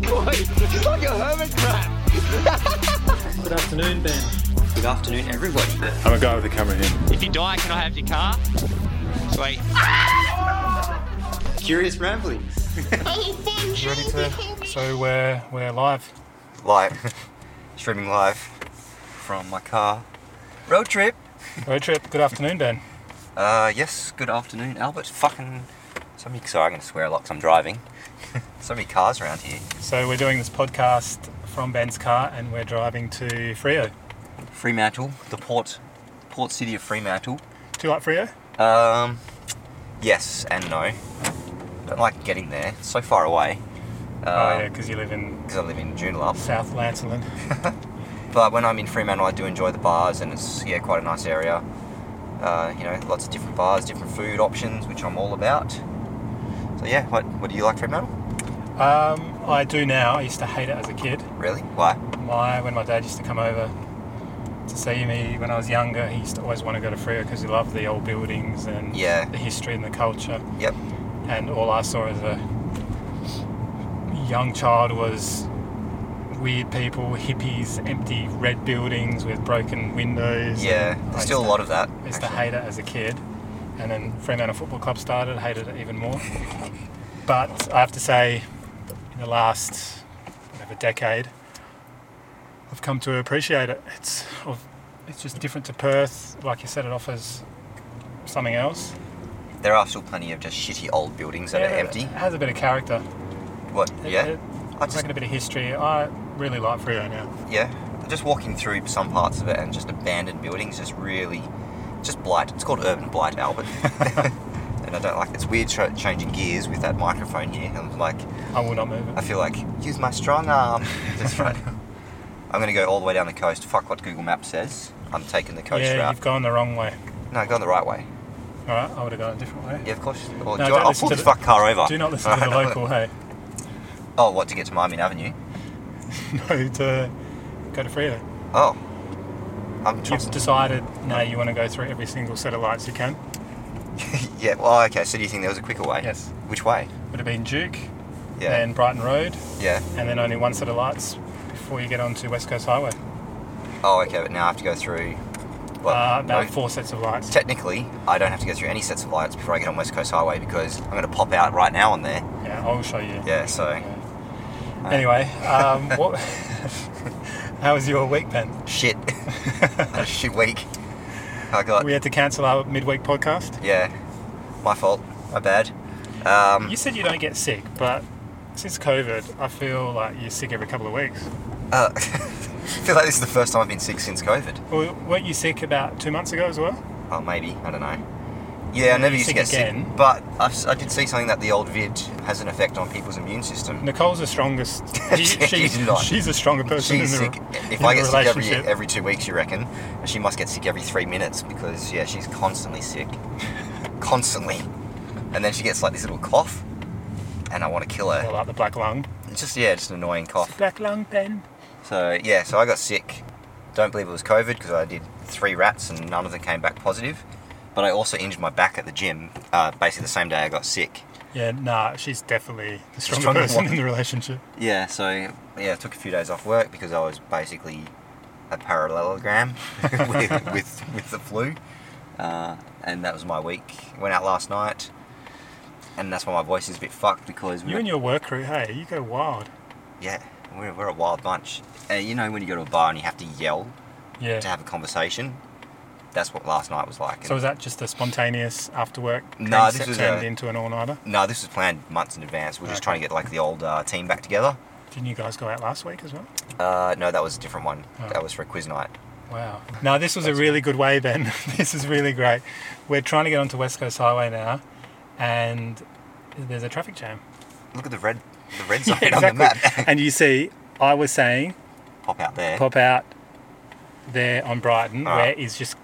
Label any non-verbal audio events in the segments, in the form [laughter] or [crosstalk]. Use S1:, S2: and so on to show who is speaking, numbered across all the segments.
S1: Boy, it's like a hermit crab.
S2: Good afternoon, Ben.
S1: Good afternoon, everybody.
S3: I'm a guy with a camera here.
S4: If you die, can I have your car?
S1: Sweet. Curious ramblings.
S5: Ready to? So we're we're live.
S1: Live. [laughs] Streaming live from my car. Road trip.
S5: Road trip. Good afternoon, Ben.
S1: Uh, yes, good afternoon, Albert. Fucking. So many. Sorry, I'm going to swear a lot 'cause I'm driving. [laughs] so many cars around here.
S5: So we're doing this podcast from Ben's car, and we're driving to Frio.
S1: Fremantle, the port port city of Fremantle.
S5: Do you like Frio?
S1: Um, yes and no. Don't like getting there. It's so far away. Um,
S5: oh yeah, because you live in
S1: Because I live in Joondalup.
S5: South Lancelin.
S1: But when I'm in Fremantle, I do enjoy the bars, and it's yeah quite a nice area. Uh, you know, lots of different bars, different food options, which I'm all about. So yeah, what what do you like Fremantle?
S5: Um, I do now. I used to hate it as a kid.
S1: Really? Why?
S5: My when my dad used to come over to see me when I was younger, he used to always want to go to Frio because he loved the old buildings and
S1: Yeah.
S5: the history and the culture.
S1: Yep.
S5: and all I saw as a young child was weird people, hippies, empty red buildings with broken windows.
S1: Yeah,
S5: And I
S1: there's still a
S5: used
S1: lot of that.
S5: to- I used to
S1: actually.
S5: hate it as a kid, and then Fremantle Football Club started, hated it even
S1: [laughs]
S5: more. but I have to say, in the last whatever decade, I've come to appreciate it. It's of- it's just different to Perth. Like you said, it offers something else.
S1: There are still plenty of just shitty old buildings that
S5: Yeah,
S1: are empty.
S5: It has a bit of character.
S1: What?
S5: It-
S1: yeah.
S5: it-
S1: I
S5: It's
S1: just
S5: like a bit of history. I really like Frio now.
S1: yeah. Just walking through some parts of it and just abandoned buildings, just really, just blight. It's called urban blight, Albert. [laughs] and I don't like. It's weird tra- changing gears with that microphone here. I'm like,
S5: I will not move
S1: I
S5: it.
S1: feel like use my strong arm. [laughs] That's right. I'm gonna go all the way down the coast. Fuck what Google Maps says. I'm taking the coast
S5: yeah,
S1: route.
S5: you've gone the wrong way.
S1: No, go on the right way.
S5: All right, I would have gone a different way.
S1: Yeah, of course. Or
S5: No,
S1: do
S5: don't
S1: I, will
S5: listen
S1: pull
S5: to
S1: this
S5: the-
S1: fuck car over.
S5: Do not listen
S1: [laughs]
S5: to the
S1: Alright.
S5: local, hey. [laughs]
S1: Oh, what to get to Marmion Avenue?
S5: No, to go to Frio.
S1: Oh, I'm
S5: You've
S1: just.
S5: decided, no, you want to go through every single set of lights you can.
S1: yeah. Well, oh, okay. So do you think there was a quicker way?
S5: Yes.
S1: Which way?
S5: Would have been Duke,
S1: Yeah.
S5: then Brighton Road,
S1: yeah.
S5: and then only one set of lights before you get onto West Coast Highway.
S1: Oh, okay, but now I have to go through. Well,
S5: Uh, about
S1: no,
S5: four sets of lights.
S1: Technically, I don't have to go through any sets of lights before I get on West Coast Highway because I'm going to pop out right now on there.
S5: Yeah, I'll show you.
S1: Yeah, so
S5: Yeah. Anyway, um,
S1: [laughs]
S5: what? [laughs] how was your week, Ben?
S1: shit. [laughs] shit week. I got.
S5: We had to cancel our midweek podcast.
S1: Yeah, my fault. My bad. Um,
S5: You said you don't get sick, but since COVID, I feel like you're sick every couple of weeks.
S1: uh, [laughs] I feel like this is the first time I've been sick since COVID.
S5: Well, weren't you sick about two months ago as well?
S1: Oh, maybe. I don't know. Yeah, I
S5: You're
S1: never used to
S5: sick
S1: get
S5: again.
S1: sick. But I've, si did see something that the old vid has an effect on people's immune system.
S5: Nicole's the strongest.
S1: [laughs] She's not.
S5: She's a stronger person
S1: She's
S5: in the,
S1: sick. If
S5: in
S1: I
S5: the
S1: get sick every
S5: relationship.
S1: every two weeks, you reckon? She must get sick every three minutes because yeah, she's
S5: [laughs]
S1: constantly sick, constantly. And then she gets like this little cough, and I want to kill
S5: Well,
S1: her.
S5: like the black lung.
S1: It's just yeah, just an annoying cough.
S5: Black lung, Ben.
S1: So yeah, so I got sick. Don't believe it was COVID because I did three rats and none of them came back positive. But I also injured my back at the gym. Uh, basically, the same day I got sick.
S5: Yeah, nah, she's definitely the stronger
S1: Stronger
S5: person
S1: one.
S5: in the relationship.
S1: Yeah, so yeah, I took a few days off work because I was basically a parallelogram [laughs] with, with with the flu, uh, and that was my week. Went out last night, and that's why my voice is a bit fucked because we
S5: You and your work crew, hey, you go wild.
S1: yeah, we're, we're a wild bunch. And you know when you go to a bar and you have to yell
S5: Yeah.
S1: to have a conversation, that's what last night was like.
S5: So was that just a spontaneous after work?
S1: No,
S5: drink
S1: this
S5: that
S1: was
S5: turned
S1: a-
S5: into an all-nighter.
S1: no, this was planned months in advance. We're just
S5: Okay.
S1: trying to get like the old uh, team back together.
S5: Didn't you guys go out last week as well?
S1: Uh, no, that was a different one.
S5: Oh.
S1: That was for a quiz night.
S5: Wow. Now this was a really good way, Ben. [laughs] this is really great. We're trying to get onto West Coast Highway now, and there's a traffic jam.
S1: Look at the red, the
S5: [laughs]
S1: red zone on the
S5: exactly.
S1: map. [laughs]
S5: and you see, I was saying,
S1: Pop out there.
S5: pop out there on Brighton,
S1: Ah.
S5: where it's just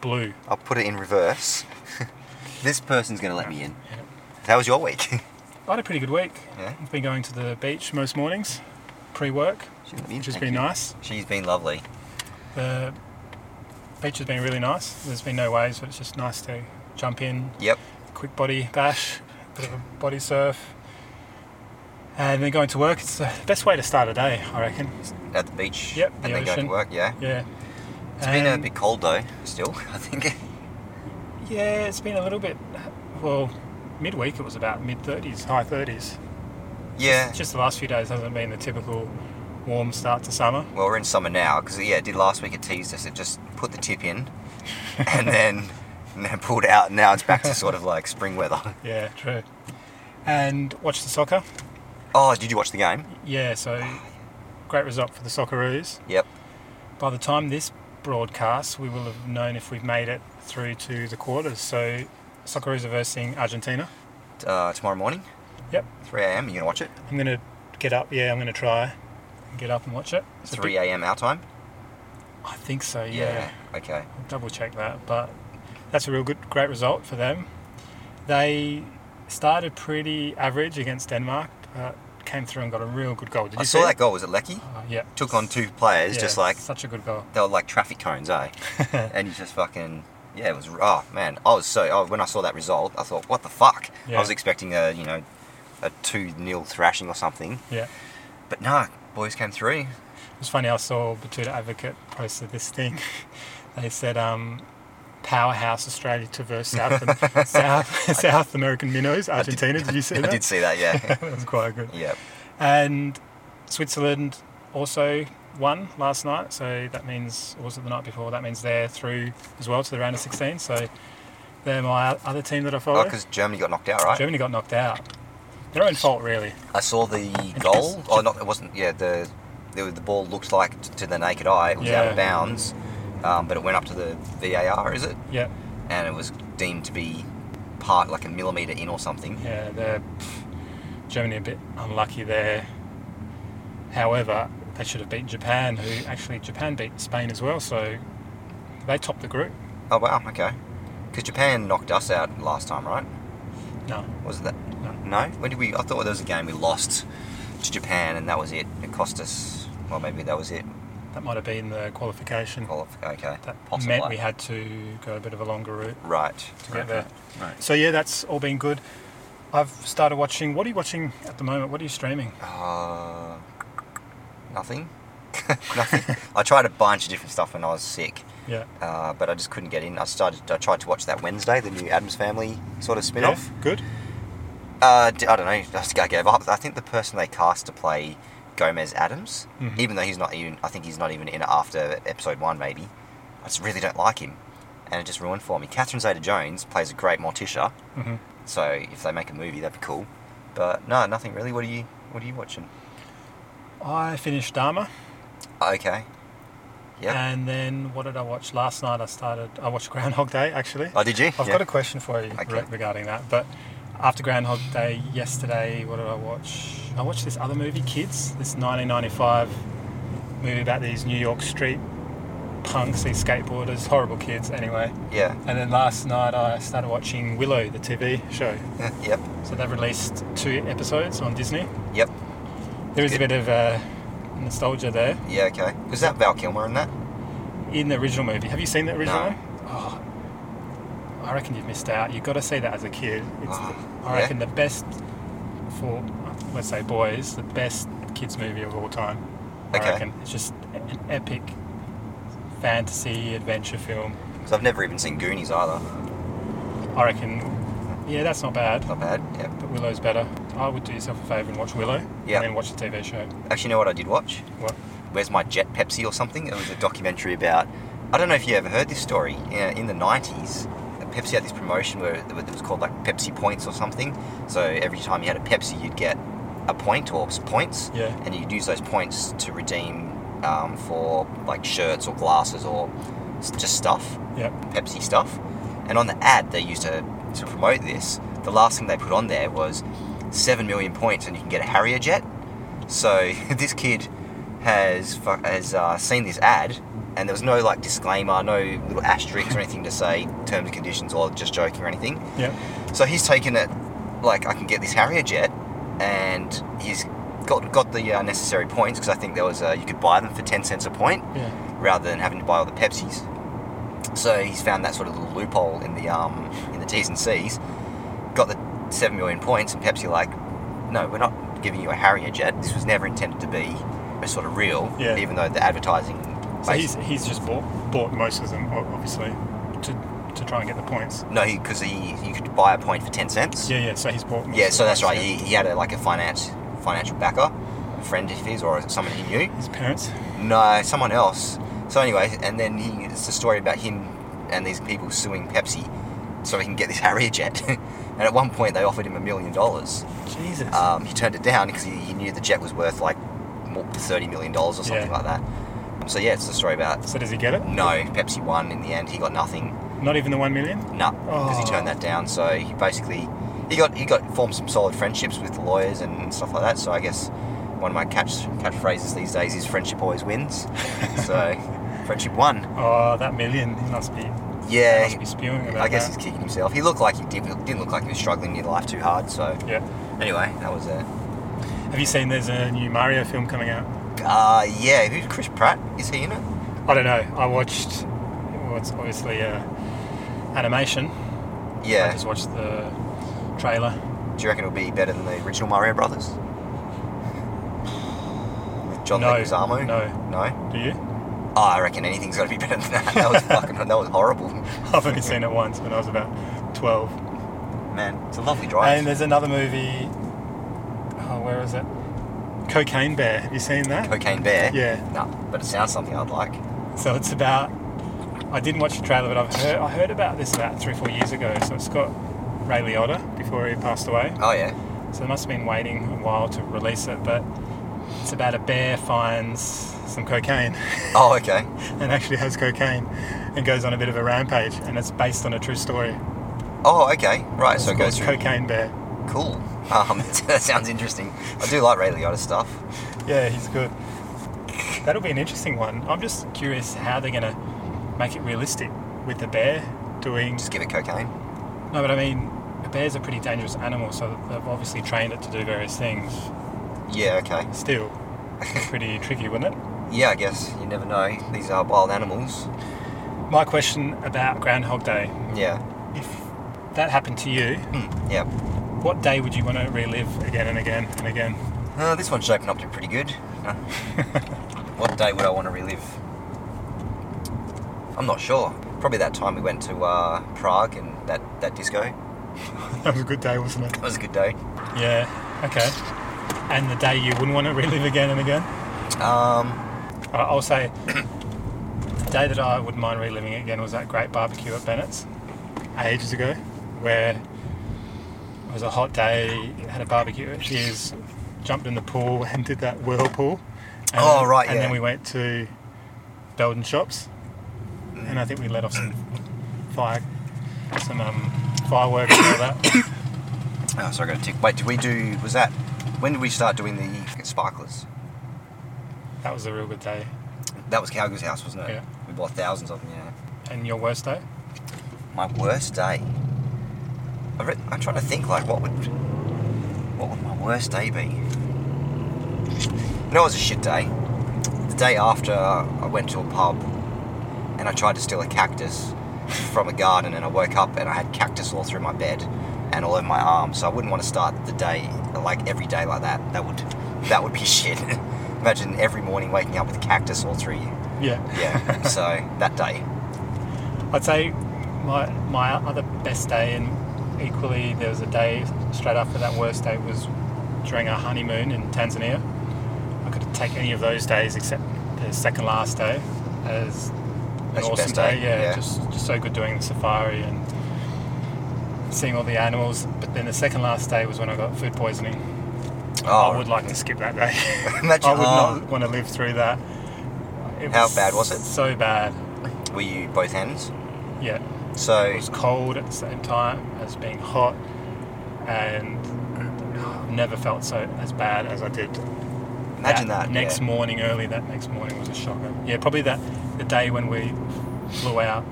S5: blue.
S1: I'll put it in reverse. [laughs] this person's going to let me in. How was your week? [laughs]
S5: I had a pretty good week.
S1: Yeah.
S5: I've been going to the beach most mornings, pre-work,
S1: She let me in,
S5: which has
S1: thank
S5: been
S1: you.
S5: nice.
S1: She's been lovely.
S5: The beach has been really nice. There's been no waves, but it's just nice to jump in,
S1: Yep.
S5: quick body bash, bit of a body surf, and then going to work. It's the best way to start a day, I reckon.
S1: At the beach.
S5: Yep,
S1: And
S5: the
S1: then go
S5: ocean. Um,
S1: to work. Yeah.
S5: Yeah.
S1: It's been a
S5: And-
S1: bit cold though. Still, [laughs] I
S5: [laughs]
S1: think.
S5: Yeah, it's been a little bit. Well, midweek it was about mid 30s, high 30s.
S1: yeah.
S5: Just the last few days hasn't been the typical warm start to summer.
S1: Well, we're in summer now because yeah, it did last week. It teased us. It just put the tip in, and then [laughs] and then pulled out. And now it's back
S5: [laughs]
S1: to sort of like spring weather.
S5: Yeah, true. And watched the soccer.
S1: Oh, did you watch the game?
S5: Yeah, so great result for the Socceroos.
S1: Yep.
S5: By the time this broadcasts, we will have known if we've made it through to the quarters. So Socceroos are versing Argentina.
S1: Uh, tomorrow morning,
S5: Yep.
S1: 3 a.m. You gonna watch it?
S5: I'm going to get up. Yeah, I'm going to try and get up and watch it. It's a bit-
S1: 3 a.m. our time.
S5: I think so, yeah.
S1: Okay.
S5: I'll double check that, but that's a real good, great result for them. They started pretty average against Denmark, but came through and got a real good goal. Did
S1: I
S5: you
S1: saw
S5: see
S1: that
S5: it?
S1: goal. Was it Lecky?
S5: Oh, yeah.
S1: Took on two players,
S5: Yeah,
S1: just like
S5: such a good goal.
S1: they were like traffic cones, eh?
S5: [laughs]
S1: and you just fucking yeah, it was oh man, I was so oh, when I saw that result, I thought what the fuck?
S5: Yeah.
S1: I was expecting a you know a two 0 thrashing or something,
S5: Yeah.
S1: but nah, boys came through.
S5: It's funny, I saw Batuta Advocate posted this thing. [laughs] they said, um, powerhouse Australia to verse South,
S1: [laughs]
S5: South, [laughs] South American minnows, Argentina. Did, you see
S1: I
S5: that?
S1: did see
S5: [laughs]
S1: that, yeah,
S5: that was quite good.
S1: yeah.
S5: And Switzerland also won last night, so that means, or was it the night before? That means they're through as well to the round of 16. So they're my other team that I follow.
S1: Oh, because Germany got knocked out, right?
S5: Germany got knocked out. Their own fault, really.
S1: I saw the goal. Oh, not it wasn't. Yeah, the the, the ball looked like t- to the naked eye it was out
S5: Yeah.
S1: of bounds, um, but it went up to the VAR, is it?
S5: Yeah,
S1: And it was deemed to be part like a millimeter in or something.
S5: yeah. They're Germany a bit unlucky there. However, they should have beaten Japan, who actually Japan beat Spain as well. So they topped the group.
S1: Oh wow, okay. Because Japan knocked us out last time, right?
S5: No,
S1: Was it that?
S5: No.
S1: When did we? I thought there was a game we lost to Japan, and that was it. It cost us. Well, maybe that was it.
S5: that might have been the qualification.
S1: Qualif- okay.
S5: That
S1: Possibly.
S5: meant we had to go a bit of a longer route.
S1: right
S5: to get
S1: Okay.
S5: there.
S1: Right.
S5: So yeah, that's all been good. I've started watching. What are you watching at the moment? What are you streaming?
S1: Uh, nothing. [laughs] nothing. I tried a bunch of different stuff when I was sick,
S5: Yeah.
S1: uh, but I just couldn't get in. I started. I tried to watch that Wednesday, the new Adams Family sort of spin off.
S5: Yeah, Good.
S1: Uh, d- I don't know. I just- I gave up. I think the person they cast to play Gomez Adams,
S5: Mhm.
S1: even though he's not even, I think he's not even in it after episode one, maybe. I just really don't like him, and it just ruined for me. Catherine Zeta-Jones plays a great Morticia,
S5: hmm
S1: so if they make a movie, that'd be cool. But no, nothing really. What are you? What are you watching?
S5: I finished Dharma,
S1: Okay. Yeah.
S5: and then what did I watch last night? I started. I watched Groundhog Day actually.
S1: oh, did you?
S5: I've
S1: Yeah.
S5: got a question for you re-
S1: Okay.
S5: regarding that. But after Groundhog Day yesterday, what did I watch? I watched this other movie, Kids. This 1995 movie about these New York street punks, these skateboarders, horrible kids. Anyway.
S1: Yeah. [laughs]
S5: And then last night I started watching Willow, the TV show.
S1: yep.
S5: So they've released two episodes on Disney.
S1: Yep.
S5: There is a
S1: Good.
S5: bit of uh, nostalgia there
S1: Yeah. Okay. Was that Val Kilmer in that?
S5: in the original movie. Have you seen the original?
S1: No.
S5: one? Oh, I reckon you've missed out. You've got to see that as a kid. It's
S1: Ah,
S5: the, I
S1: yeah.
S5: reckon the best for let's say boys, the best kids movie of all time.
S1: Okay.
S5: I reckon it's just an epic fantasy adventure film.
S1: Because I've never even seen Goonies either.
S5: I reckon, yeah, that's not bad.
S1: Not bad. Yep.
S5: But Willow's better. I would do yourself a favour and watch Willow.
S1: Yeah.
S5: And then watch the TV show.
S1: Actually, you know what I did watch?
S5: What?
S1: Where's My Jet Pepsi or something? It was a documentary about. I don't know if you ever heard this story. Yeah, In the 90s, Pepsi had this promotion where it was called like Pepsi Points or something. So every time you had a Pepsi, you'd get a point or s- points.
S5: Yeah.
S1: And you'd use those points to redeem um, for like shirts or glasses or s- just stuff.
S5: Yep.
S1: Pepsi stuff. And on the ad they used to, to promote this, the last thing they put on there was 7 million points and you can get a Harrier jet. So [laughs] this kid has, fu- has uh, seen this ad and there was no like disclaimer, no little asterisks or anything to say terms and conditions or just joking or anything.
S5: Yep.
S1: So he's taken it like I can get this Harrier jet, and he's got got the uh, necessary points because I think there was uh, you could buy them for ten cents a point
S5: Yeah.
S1: rather than having to buy all the Pepsis. So he's found that sort of little loophole in the um, in the T's and C's. Got the seven million points, and Pepsi like, no, we're not giving you a Harrier jet. This was never intended to be a sort of real,
S5: Yeah.
S1: even though the advertising.
S5: So
S1: basi-
S5: he's, he's just bought bought most of them, o- obviously, to, to try and get the points.
S1: no, because he, you could buy a point for ten cents.
S5: Yeah, yeah. So he's bought. Most
S1: Yeah,
S5: of the
S1: so that's right.
S5: points,
S1: He,
S5: yeah.
S1: he had a, like a finance financial backer, a friend of his, or someone he knew.
S5: His parents.
S1: No, someone else. So anyway, and then he, it's a story about him and these people suing Pepsi so he can get this Harrier jet. [laughs] and at one point, they offered him a million dollars.
S5: Jesus.
S1: Um, he turned it down because he, he knew the jet was worth like more, thirty million dollars or something
S5: Yeah.
S1: like that. Um, so yeah, it's a story about.
S5: so does he get it?
S1: No, Pepsi won in the end. He got nothing.
S5: Not even the one million.
S1: No, because he turned
S5: Oh.
S1: that down. So he basically he got he got formed some solid friendships with lawyers and stuff like that. So I guess one of my catch catchphrases these days is friendship
S5: [laughs]
S1: always wins. so friendship won.
S5: Oh, that million. He must be.
S1: Yeah,
S5: must be spewing about
S1: I guess
S5: that.
S1: he's kicking himself. He looked like he did, didn't look like he was struggling in life too hard. So
S5: Yeah.
S1: anyway, that was a
S5: Have you seen there's a new Mario film coming out?
S1: uh, yeah. Who's Chris Pratt? Is he in it?
S5: I don't know. I watched. Well, it's obviously uh, animation. I
S1: Yeah.
S5: just watched the trailer.
S1: Do you reckon it'll be better than the original Mario
S5: [sighs]
S1: Brothers? With John
S5: No,
S1: Leguizamo?
S5: no.
S1: No.
S5: Do you? [laughs]
S1: Oh, I reckon anything's got to be better than that. That was fucking. That was horrible,
S5: I've only seen it once when I was about 12.
S1: man. It's a lovely drive.
S5: And there's another movie. Oh, where is it? Cocaine Bear. Have you seen that?
S1: Cocaine Bear.
S5: Yeah.
S1: No, but it sounds something I'd like.
S5: So it's about. I didn't watch the trailer, but I've heard, I heard about this about three or four years ago. So it's got Ray Liotta before he passed away.
S1: Oh yeah.
S5: So they must have been waiting a while to release it, but it's about a bear finds some cocaine [laughs]
S1: Oh okay.
S5: and actually has cocaine and goes on a bit of a rampage. And it's based on a true story.
S1: Oh okay. Right.
S5: It's
S1: So it
S5: called
S1: goes through.
S5: Cocaine Bear.
S1: Cool. Um, [laughs] that sounds interesting. I do like Ray Liotta stuff.
S5: Yeah, he's good. That'll be an interesting one. I'm just curious how they're gonna make it realistic with the bear doing.
S1: Just give it cocaine.
S5: No, but I mean, a bear's a pretty dangerous animal, so they've obviously trained it to do various things.
S1: Yeah. Okay.
S5: Still, it'd be [laughs] pretty tricky, wouldn't it?
S1: Yeah. I guess you never know. These are wild animals.
S5: My question about Groundhog Day:
S1: Yeah.
S5: If that happened to you,
S1: Hmm. Yeah.
S5: what day would you want to relive again and again and again?
S1: Uh, this one's shaping up to be pretty good. [laughs] Uh, what day would I want to relive? I'm not sure. Probably that time we went to uh, Prague and that, that disco. That
S5: that was a good day, wasn't it?
S1: was a good day.
S5: Yeah. Okay. And the day you wouldn't want to relive again and again?
S1: Um,
S5: I- I'll say the day that I wouldn't mind reliving it again was that great barbecue at Bennett's ages ago, where it was a hot day, had a barbecue at Shears, jumped in the pool [laughs] and did that whirlpool. And
S1: Oh,
S5: then-
S1: right,
S5: And then
S1: yeah.
S5: we went to Belden Shops, and I think we let off some
S1: Mm.
S5: fire, some um, fireworks and all that. [coughs]
S1: oh, sorry, I got a tick. Wait, did we do, was that, when did we start doing the sparklers?
S5: That was a real good day.
S1: That was Calgary's house, wasn't it?
S5: Yeah.
S1: We bought thousands of them, yeah.
S5: And your worst day?
S1: My worst day. I re- I'm trying to think, like, what would, what would my worst day be? You know, it was a shit day. The day after, I went to a pub and I tried to steal a cactus from a garden, and I woke up and I had cactus all through my bed and all over my arm. So I wouldn't want to start the day like every day like that. That would, that would be [laughs] shit. Imagine every morning waking up with cactus all through you.
S5: Yeah. [laughs]
S1: Yeah. so that day.
S5: I'd say my my other best day, and equally there was a day straight after that worst day was during our honeymoon in Tanzania. I could take any of those days except the second last day as an
S1: That's your
S5: awesome
S1: best
S5: day.
S1: day,
S5: Yeah,
S1: yeah.
S5: just just so good doing the safari and seeing all the animals. But then the second last day was when I got food poisoning.
S1: Oh,
S5: I would like to skip that day.
S1: [laughs]
S5: [laughs]
S1: Imagine-
S5: I would
S1: oh.
S5: not want to live through that. It
S1: How
S5: was
S1: bad was it?
S5: So bad.
S1: Were you both hands?
S5: Yeah.
S1: So
S5: It was cold at the same time as being hot, and I've never felt so as bad as I did.
S1: imagine that.
S5: Next
S1: yeah.
S5: morning, early that next morning was a shocker. Yeah, probably that the day when we flew out.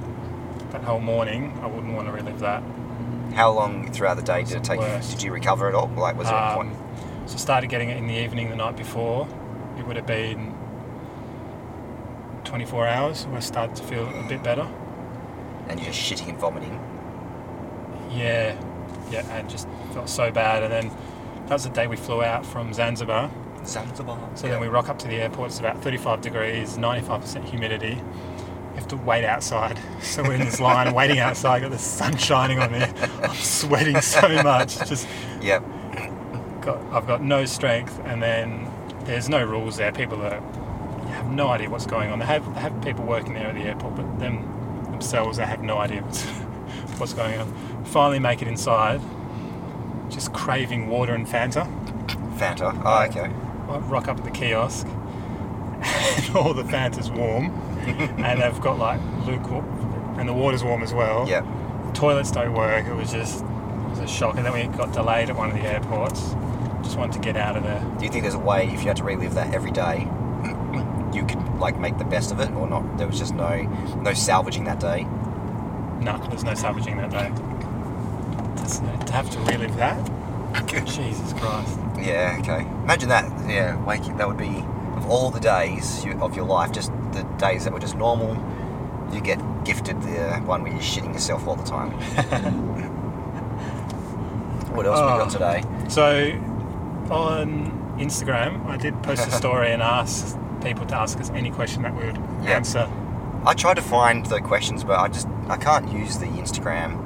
S5: That whole morning, I wouldn't want to relive that.
S1: How long throughout the day did it
S5: It's
S1: take? you?
S5: worse.
S1: Did you recover at all? Like, was there a
S5: Um,
S1: point?
S5: so started getting it in the evening the night before. It would have been 24 hours where I started to feel a bit better.
S1: And you're just shitting and vomiting.
S5: Yeah, yeah, I just felt so bad, and then That was the day we flew out from Zanzibar.
S1: Zanzibar.
S5: So then we rock up to the airport. It's about 35 degrees, 95% humidity. You have to wait outside. [laughs] So we're in this line waiting outside. Got the sun shining on me. I'm sweating so much. Just
S1: Yep.
S5: got, I've got no strength. And then there's no rules there. People are you have no idea what's going on. They have they have people working there at the airport, but them themselves they have no idea what's, [laughs] what's going on. Finally, make it inside. Just craving water and Fanta.
S1: Fanta.
S5: Uh,
S1: Oh, okay.
S5: I rock up at the kiosk, [laughs] and all the Fanta's warm, and they've got like lukewarm, and the water's warm as well.
S1: Yep.
S5: Toilets don't work. It was just it was a shock, and then we got delayed at one of the airports. Just wanted to get out of there.
S1: Do you think there's a way if you had to relive that every day, [clears throat] you could like make the best of it, or not? There was just no no salvaging that day.
S5: No, there's no salvaging that day. Just, uh, to have to relive that, Jesus Christ.
S1: Yeah. Okay. Imagine that. Yeah. Waking. That would be of all the days you, of your life, just the days that were just normal. You get gifted the one where you're shitting yourself all the time. [laughs] what else we
S5: Oh.
S1: got today?
S5: So on Instagram, I did post a story and asked people to ask us any question that we would
S1: Yeah.
S5: answer.
S1: I tried to find the questions, but I just I can't use the Instagram.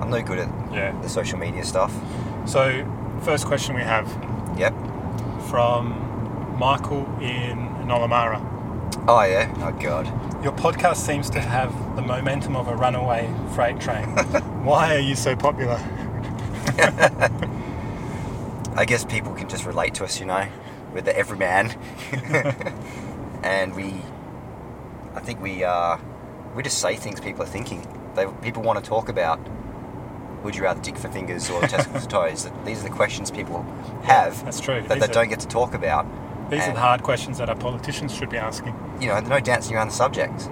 S1: I'm no good at
S5: Yeah.
S1: the social media stuff.
S5: So first question we have
S1: Yep.
S5: from Michael in Nolamara.
S1: Oh yeah. Oh god.
S5: Your podcast seems to have the momentum of a runaway freight train. Why are you so popular?
S1: I guess people can just relate to us, you know. We're the everyman, [laughs] and we, I think we, uh, we just say things people are thinking. They people want to talk about. Would you rather dick for fingers or testicles
S5: [laughs]
S1: for toes? That- These are the questions people have
S5: That's true.
S1: that
S5: These
S1: they
S5: are-
S1: don't get to talk about.
S5: These are
S1: And,
S5: the hard questions that our politicians should be asking.
S1: You know, there's no dancing around the subject. [laughs]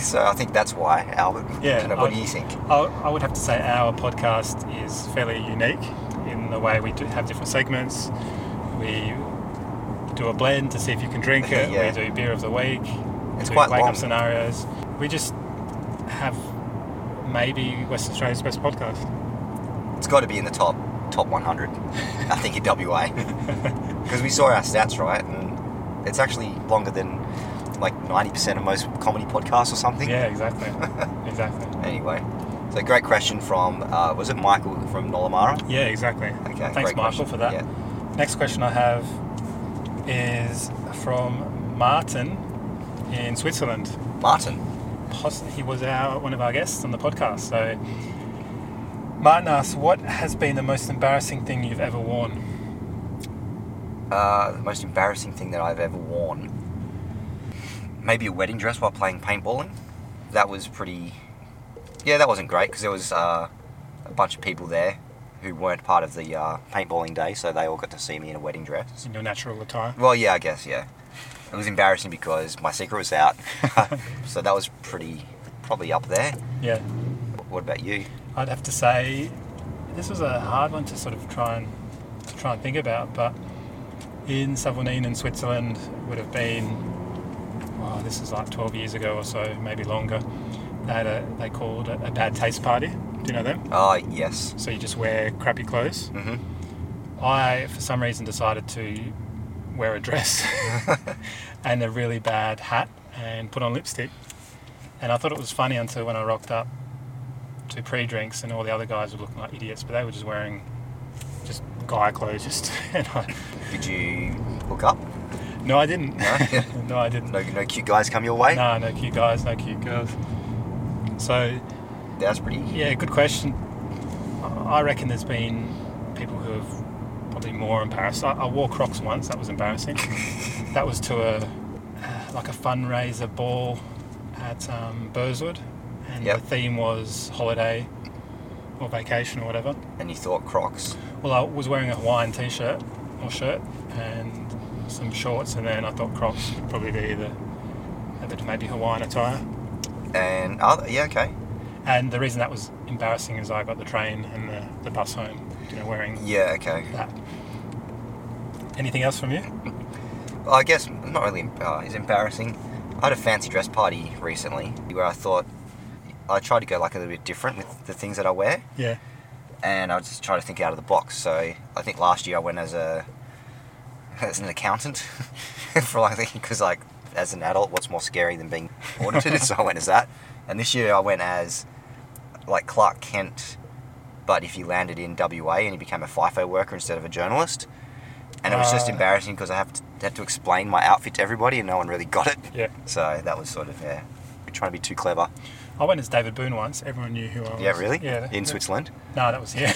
S1: so I think that's why, Albert.
S5: Yeah,
S1: Dunno, what
S5: I-
S1: do you think?
S5: I, I would have to say our podcast is fairly unique in the way we do have different segments. We do a blend to see if you can drink
S1: [laughs]
S5: it.
S1: Yeah.
S5: We do beer of the week. we
S1: It's
S5: do
S1: quite
S5: wake
S1: long.
S5: up scenarios. We just have maybe Western Australia's best
S1: [laughs]
S5: podcast.
S1: It's got to be in the top top 100, I think, in WA. Because we saw our stats, right? And it's actually longer than like 90% of most comedy podcasts or something.
S5: Yeah,
S1: [laughs]
S5: exactly. exactly.
S1: Anyway, so great question from, uh, was it Michael from Nolamara?
S5: Yeah, exactly.
S1: Okay,
S5: Thanks,
S1: great
S5: Michael,
S1: question.
S5: for that.
S1: Yeah.
S5: Next question I have is from Martin in Switzerland.
S1: Martin.
S5: poss- he was our one of our guests on the podcast. So Martin asks, "What has been the most embarrassing thing you've ever worn?"
S1: Uh, the most embarrassing thing that I've ever worn. Maybe a wedding dress while playing paintballing. That was pretty. Yeah, that wasn't great because there was uh, a bunch of people there who weren't part of the uh, paintballing day, so they all got to see me in a wedding dress.
S5: In your natural attire.
S1: Well, yeah, I guess yeah. It was embarrassing because my secret was out, [laughs] so that was pretty probably up there.
S5: Yeah,
S1: What about you?
S5: I'd have to say this was a hard one to sort of try and to try and think about. But in Savonien in Switzerland it would have been. Wow, this is like 12 years ago or so, maybe longer. They had a they called it a bad taste party. Do you know them?
S1: Oh, yes.
S5: So you just wear crappy clothes.
S1: hmm
S5: I, for some reason, decided to wear a dress
S1: [laughs]
S5: and a really bad hat and put on lipstick. And I thought it was funny until when I rocked up to pre drinks and all the other guys were looking like idiots, but they were just wearing just guy clothes. Just [laughs] and I,
S1: Did you hook up?
S5: No, I didn't.
S1: No?
S5: [laughs] no, I didn't.
S1: No, no cute guys come your way.
S5: No, no cute guys, no cute girls. So,
S1: That's pretty.
S5: yeah, good question. I I reckon there's been people who have probably more embarrassed. I, I wore Crocs once. That was embarrassing. that was to a uh, like a fundraiser ball at um, Burswood, and
S1: Yep.
S5: the theme was holiday or vacation or whatever.
S1: And you thought Crocs.
S5: Well, I was wearing a Hawaiian t-shirt or shirt and some shorts, and then I thought Crocs would probably be the a bit of maybe Hawaiian attire.
S1: And oh, yeah, okay.
S5: And the reason that was embarrassing is I got the train and the, the bus home, you know, wearing
S1: Yeah, okay.
S5: that. Anything else from you?
S1: Well, I guess not really. Uh, it's embarrassing. I had a fancy dress party recently where I thought I tried to go like a little bit different with the things that I wear,
S5: Yeah.
S1: and I was just trying to think out of the box. So I think last year I went as a as an accountant [laughs] for like because like as an adult, what's more scary than being audited? [laughs] so I went as that. And this year I went as like Clark Kent, but if you landed in WA and you became a FIFO worker instead of a journalist. And it was just
S5: Ah.
S1: embarrassing because I have to, had to explain my outfit to everybody and no one really got it.
S5: Yeah.
S1: So that was sort of, yeah, trying to be too clever.
S5: I went as David Boone once. Everyone knew who I was.
S1: Yeah, really?
S5: Yeah.
S1: In
S5: that-
S1: Switzerland?
S5: No, that was yeah.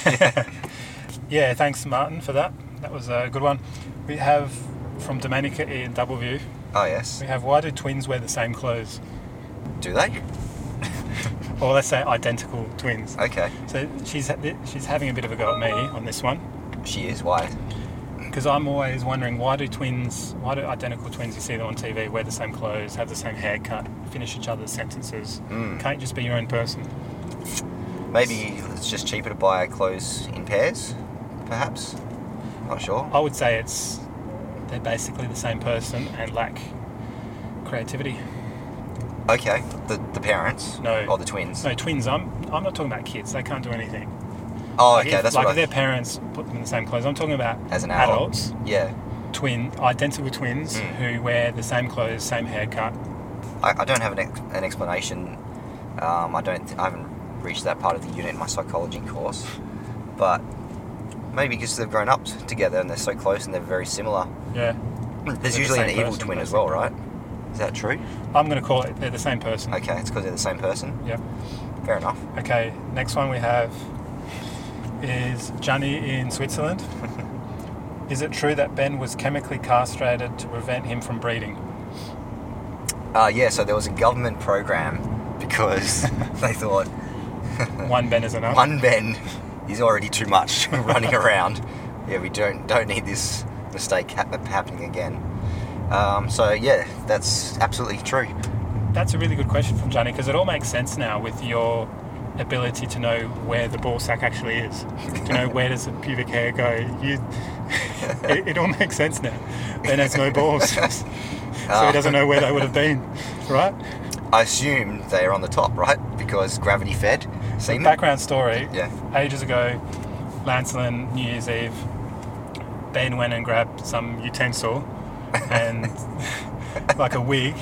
S5: [laughs] yeah, thanks Martin for that. That was a good one. We have from Domenica in Double View.
S1: Oh, yes.
S5: We have why do twins wear the same clothes?
S1: Do they?
S5: Or let's say identical twins.
S1: Okay.
S5: So she's she's having a bit of a go at me on this one
S1: She is white.
S5: because I'm always wondering why do twins, why do identical twins you see them on TV wear the same clothes, have the same haircut, finish each other's sentences?
S1: Mm.
S5: Can't you just be your own person?
S1: Maybe it's just cheaper to buy clothes in pairs, perhaps. Not sure.
S5: I would say it's they're basically the same person and lack creativity.
S1: Okay. The, the parents?
S5: Oh. No.
S1: Or the twins?
S5: No twins. I'm I'm not talking about kids. They can't do anything.
S1: Oh,
S5: Like,
S1: okay.
S5: if-
S1: that's
S5: like
S1: what
S5: if
S1: I.
S5: their parents put them in the same clothes. I'm talking about
S1: As an adult.
S5: adults,
S1: Yeah.
S5: twin, identical twins
S1: Mm.
S5: who wear the same clothes, same haircut.
S1: I, I don't have an, ex- an explanation. Um, I don't. I haven't reached that part of the unit in my psychology course, but maybe because they've grown up together and they're so close and they're very similar.
S5: Yeah,
S1: There's
S5: the
S1: usually an
S5: same
S1: evil
S5: person,
S1: twin as well, right? Is that true?
S5: I'm going to call it they're the same person.
S1: Okay, it's because they're the same person.
S5: Yep.
S1: Fair enough.
S5: Okay. Next one we have is Johnny in Switzerland. is it true that Ben was chemically castrated to prevent him from breeding?
S1: Uh, yeah. So there was a government program because they thought
S5: One Ben is enough.
S1: one Ben is already too much [laughs] running around. Yeah, we don't don't need this mistake hap- happening again. Um, so yeah, that's absolutely true.
S5: That's a really good question from Johnny because it all makes sense now with your ability to know where the ball sack actually is. to know where does the pubic hair go. You, [laughs] it, it all makes sense now. Ben has no balls, [laughs] so he doesn't know where they would have been, right?
S1: I assume they are on the top, right? Because gravity fed
S5: [clears throat]
S1: semen.
S5: Background story.
S1: Yeah.
S5: Ages ago, Lancelin, New Year's Eve, Ben went and grabbed some
S1: [laughs]
S5: utensil and like a wig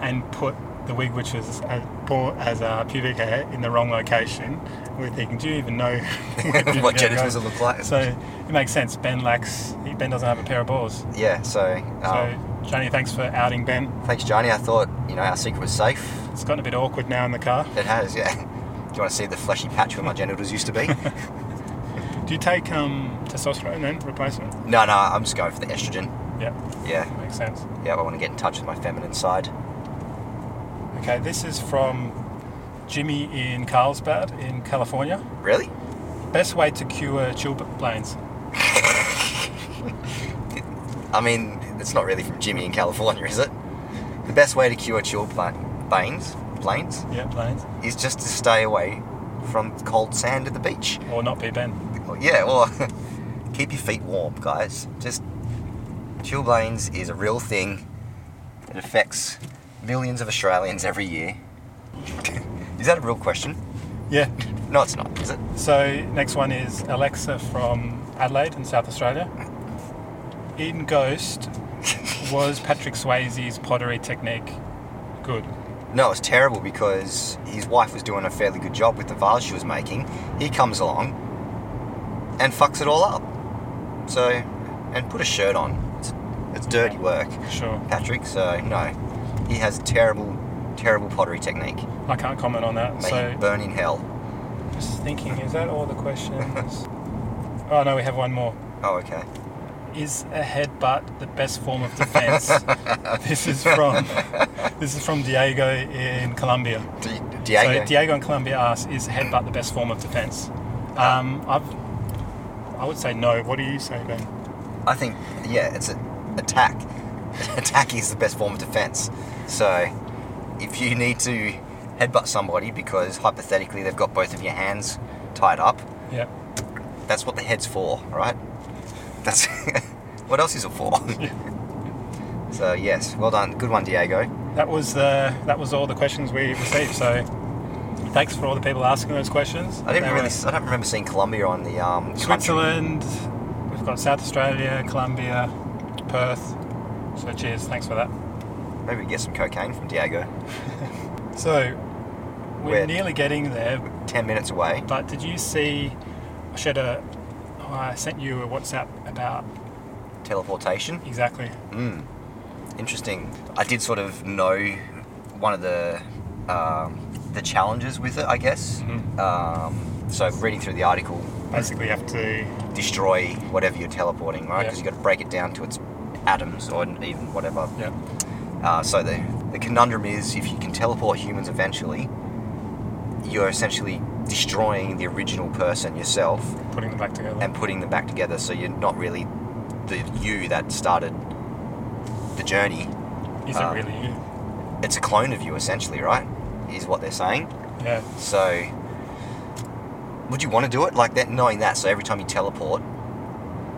S5: and put the wig, which was as, bought as a pubic hair, in the wrong location. We're thinking, do you even
S1: [laughs]
S5: know where pubic
S1: what
S5: hair
S1: genitals it
S5: goes?"
S1: look like?
S5: So it makes sense. Ben lacks. Ben doesn't have a pair of balls.
S1: yeah. So,
S5: So
S1: um,
S5: Johnny, thanks for outing Ben.
S1: thanks, Johnny. I thought you know our secret was safe.
S5: It's gotten a bit awkward now in the car.
S1: It has, yeah. [laughs] Do you want to see the fleshy patch where my genitals used to be?
S5: Do you take um, testosterone then replacement?
S1: no, no. I'm just going for the estrogen.
S5: Yeah,
S1: Yeah,
S5: makes sense.
S1: yeah. I want to get in touch with my feminine side.
S5: Okay, this is from Jimmy in Carlsbad in California.
S1: Really?
S5: Best way to cure chilblains.
S1: I mean, it's not really from Jimmy in California, is it? The best way to cure chilblains, blains,
S5: Yeah, planes.
S1: is just to stay away from cold sand at the beach.
S5: Or not be Ben.
S1: Yeah, well, [laughs] keep your feet warm, guys. Just chilblains is a real thing. It affects millions of Australians every year. [laughs] is that a real question?
S5: Yeah.
S1: No, it's not, is it?
S5: So next one is Alexa from Adelaide in South Australia. In [laughs] Ghost, was Patrick Swayze's pottery technique good?
S1: No, it's terrible because his wife was doing a fairly good job with the vase she was making. He comes along and fucks it all up. So, and put a shirt on. It's, it's dirty work,
S5: Sure.
S1: Patrick. So no, he has a terrible, terrible pottery technique.
S5: I can't comment on that.
S1: May
S5: So
S1: he burn in hell.
S5: just thinking, is that all the questions? oh no, we have one more.
S1: Oh, okay.
S5: Is a headbutt the best form of
S1: [laughs]
S5: defense? this is from this is from Diego in Colombia.
S1: Di- Diego.
S5: So Diego in Colombia asks, is headbutt the best form of defense?
S1: Ah.
S5: Um, I've I would say no. What do you say, Ben?
S1: I think yeah, it's an attack. [laughs] attack is the best form of defense. So if you need to headbutt somebody because hypothetically they've got both of your hands tied up,
S5: Yeah.
S1: that's what the head's for, right? That's [laughs] what else is it for? [laughs] so yes, well done, good one, Diego.
S5: That was the that was all the questions we received. So thanks for all the people asking those questions.
S1: I didn't
S5: They
S1: really.
S5: were-
S1: I don't remember seeing Colombia on the um. country.
S5: Switzerland, we've got South Australia, Colombia, Perth. So cheers, thanks for that.
S1: Maybe we get some cocaine from Diego.
S5: So we're
S1: Weird.
S5: nearly getting there,
S1: Ten minutes away.
S5: but did you see? I shared a. oh, I sent you a WhatsApp about
S1: Teleportation.
S5: exactly.
S1: Mm. Interesting. I did sort of know one of the um, the challenges with it, I guess.
S5: Mhm.
S1: Um, so reading through the article,
S5: Basically, you have to.
S1: destroy whatever you're teleporting, right?
S5: Yeah.
S1: Because you've got to break it down to its atoms or even whatever.
S5: Yeah.
S1: Uh, so the the conundrum is if you can teleport humans eventually, you're essentially destroying the original person yourself
S5: Putting them back together.
S1: and putting them back together. So you're not really the you that started the journey.
S5: Is
S1: uh,
S5: it really you?
S1: It's a clone of you, essentially, right? Is what they're saying.
S5: Yeah.
S1: So, would you want to do it like that, knowing that? So every time you teleport,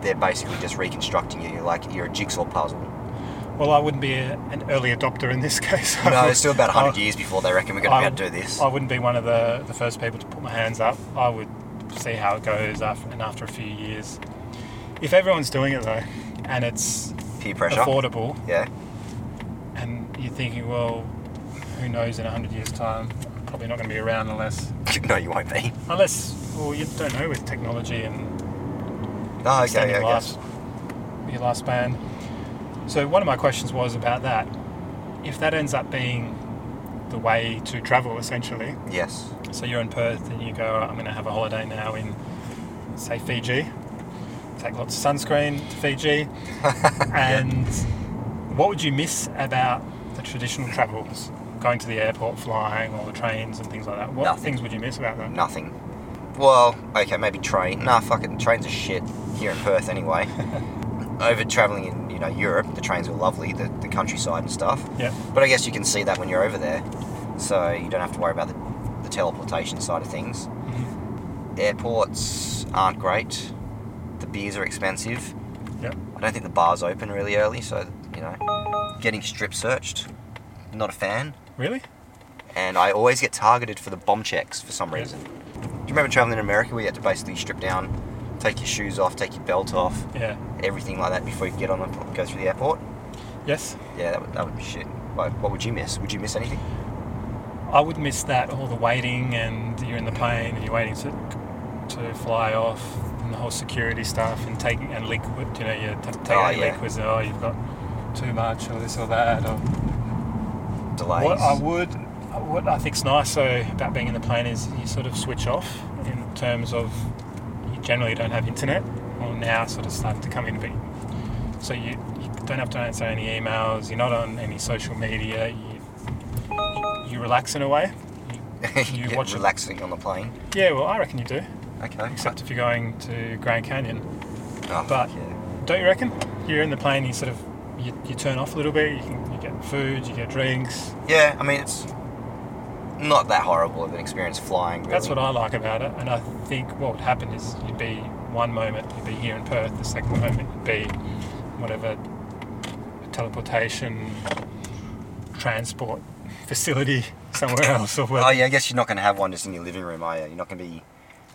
S1: they're basically just reconstructing you. You're like you're a jigsaw puzzle.
S5: Well, I wouldn't be a, an early adopter in this [laughs] case.
S1: No, it's still
S5: [laughs]
S1: about
S5: I-
S1: 100 years before they reckon we're going to be able to do this.
S5: I wouldn't be one of the, the first people to put my hands up. I would see how it goes after, and after a few years. If everyone's doing it though, and it's
S1: Peer pressure.
S5: affordable,
S1: Yeah. [laughs]
S5: and you're thinking, well, who knows in 100 years' time, I'm probably not going to be around unless,
S1: No, you won't be.
S5: unless, well, you don't know with technology and
S1: Oh, okay,
S5: extending
S1: yeah, I guess.
S5: life- your lifespan. So one of my questions was about that. If that ends up being the way to travel, essentially,
S1: Yes.
S5: So you're in Perth and you go, "All right, I'm going to have a holiday now in, say, Fiji. Take lots of sunscreen to Fiji. and what would you miss about the traditional travels? Going to the airport, flying, all the trains and things like that. What
S1: Nothing.
S5: things would you miss about that?
S1: Nothing. Well, okay, maybe train. Nah, fuck it. Trains are shit here in Perth anyway. Over traveling in you know Europe, the trains are lovely, the, the countryside and stuff.
S5: Yeah.
S1: But I guess you can see that when you're over there, so you don't have to worry about the, the teleportation side of things.
S5: Mhm.
S1: Airports aren't great. The beers are expensive.
S5: Yeah.
S1: I don't think the bars open really early, so you know, getting strip searched, not a fan.
S5: Really?
S1: And I always get targeted for the bomb checks for some reason. Do you remember traveling in America where you had to basically strip down, take your shoes off, take your belt off,
S5: Yeah.
S1: everything like that before you could get on and go through the airport?
S5: Yes.
S1: Yeah, that would, that would be shit. Like, what would you miss? Would you miss anything?
S5: I would miss that, all the waiting and you're in the plane and you're waiting to, to fly off and the whole security stuff and taking and liquid, you know, you have to take
S1: Oh,
S5: out your
S1: yeah.
S5: liquids, oh, you've got too much or this or that. Or
S1: Delays.
S5: what
S1: [laughs]
S5: I would, what I think's nice though about being in the plane is you sort of switch off in terms of you generally don't have internet. Well, now it's sort of starting to come in a bit. So you, you don't have to answer any emails, you're not on any social media, you, you relax in a way. You,
S1: you
S5: you
S1: get
S5: watch it.
S1: relaxing on the plane.
S5: Yeah, well, I reckon you do,
S1: Okay.
S5: except if you're going to Grand Canyon.
S1: Oh,
S5: but-
S1: yeah.
S5: Don't you reckon? You're in the plane, you sort of you, you turn off a little bit, you, can, you get food, you get drinks.
S1: yeah, I mean it's not that horrible of an experience flying. Really.
S5: That's what I like about it, and I think what would happen is you'd be one moment you'd be here in Perth, the second moment you'd be whatever teleportation transport [laughs] facility somewhere else or
S1: oh
S5: whatever.
S1: yeah, I guess you're not going to have one just in your living room, are you? You're not going to be.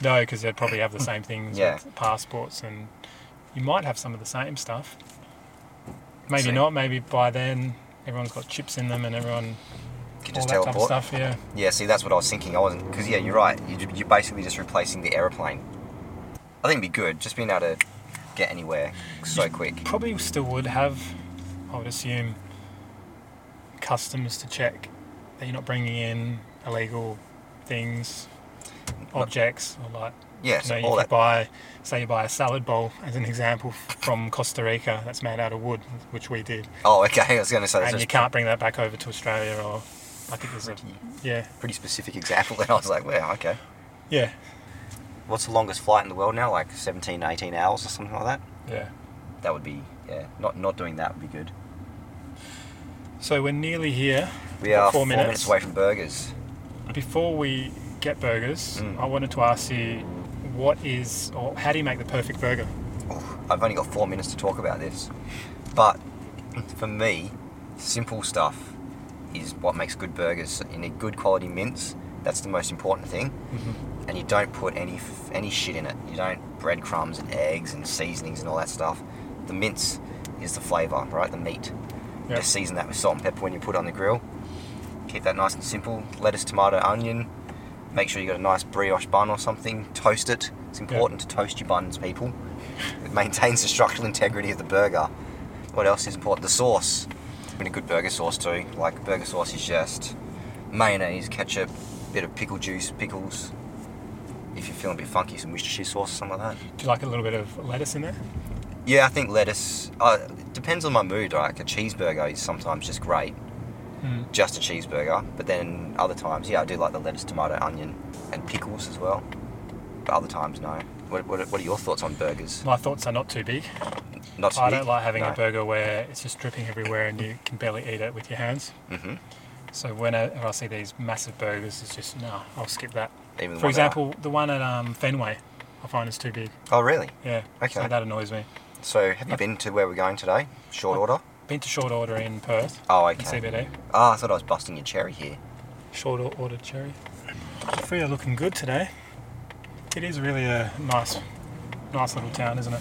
S5: No, because they'd probably have the same things
S1: Yeah.
S5: with passports, and you might have some of the same stuff. Maybe
S1: See.
S5: not. Maybe by then everyone's got chips in them, and everyone
S1: you
S5: all
S1: Can just
S5: that
S1: teleport.
S5: type of stuff. Yeah.
S1: Yeah, see, that's what I was thinking. I wasn't because yeah, you're right. You, you're basically just replacing the aeroplane. I think it'd be good just being able to get anywhere so quick.
S5: probably still would have, I would assume, customs to check that you're not bringing in illegal things, objects, or like.
S1: Yeah,
S5: you
S1: so
S5: know, you
S1: all
S5: could
S1: that.
S5: buy, say, you buy a salad bowl as an example from Costa Rica that's made out of wood, which we did,
S1: Oh, okay. [laughs] I was going to say that's
S5: and you
S1: just
S5: can't bring that back over to Australia or. I think there's a yeah
S1: a pretty specific example. Then I was like, wow, okay.
S5: yeah
S1: What's the longest flight in the world now? Like 17, 18 hours or something like that.
S5: yeah.
S1: That would be yeah. Not not doing that would be good.
S5: So we're nearly here.
S1: We are
S5: Four
S1: four minutes.
S5: minutes.
S1: away from burgers.
S5: Before we get burgers,
S1: Mm.
S5: I wanted to ask you what is or how do you make the perfect burger?
S1: Oof, I've only got four minutes to talk about this, but for me, simple stuff is what makes good burgers. You need good quality mince, That's the most important thing. And you don't put any f- any shit in it. You don't breadcrumbs and eggs and seasonings and all that stuff. The mince is the flavour, right? The meat.
S5: Yep.
S1: Just season that with salt and pepper when you put it on the grill. Keep that nice and simple. Lettuce, tomato, onion. Make sure you got a nice brioche bun or something. Toast it. It's important to toast your buns, people. It maintains the structural integrity of the burger. What else is important? The sauce. I mean, a good burger sauce too. Like burger sauce is just mayonnaise, ketchup, bit of pickle juice, pickles. If you're feeling a bit funky, some Worcestershire sauce or something like that.
S5: Do you like a little bit of lettuce in there?
S1: Yeah, I think lettuce. Uh, it depends on my mood. Like a cheeseburger is sometimes just great,
S5: Hmm.
S1: just a cheeseburger. But then other times, yeah, I do like the lettuce, tomato, onion, and pickles as well. But other times, no. What, what, are- what are your thoughts on burgers?
S5: My thoughts are not too big.
S1: Not
S5: I don't like having
S1: no.
S5: a burger where it's just dripping everywhere and you can barely eat it with your hands.
S1: Mhm.
S5: So whenever I see these massive burgers, it's just no, I'll skip that.
S1: Even the
S5: For
S1: one that I-
S5: example, the one at um, Fenway, I find is too big.
S1: Oh, really?
S5: Yeah,
S1: Okay.
S5: so that annoys me.
S1: So, have you been to where we're going today? Short order?
S5: Been to short order in Perth,
S1: Oh,
S5: in
S1: okay.
S5: CBD.
S1: Ah, I thought I was busting your cherry here.
S5: Short or- order cherry. Free are looking good today. It is really a nice, nice little town, isn't it?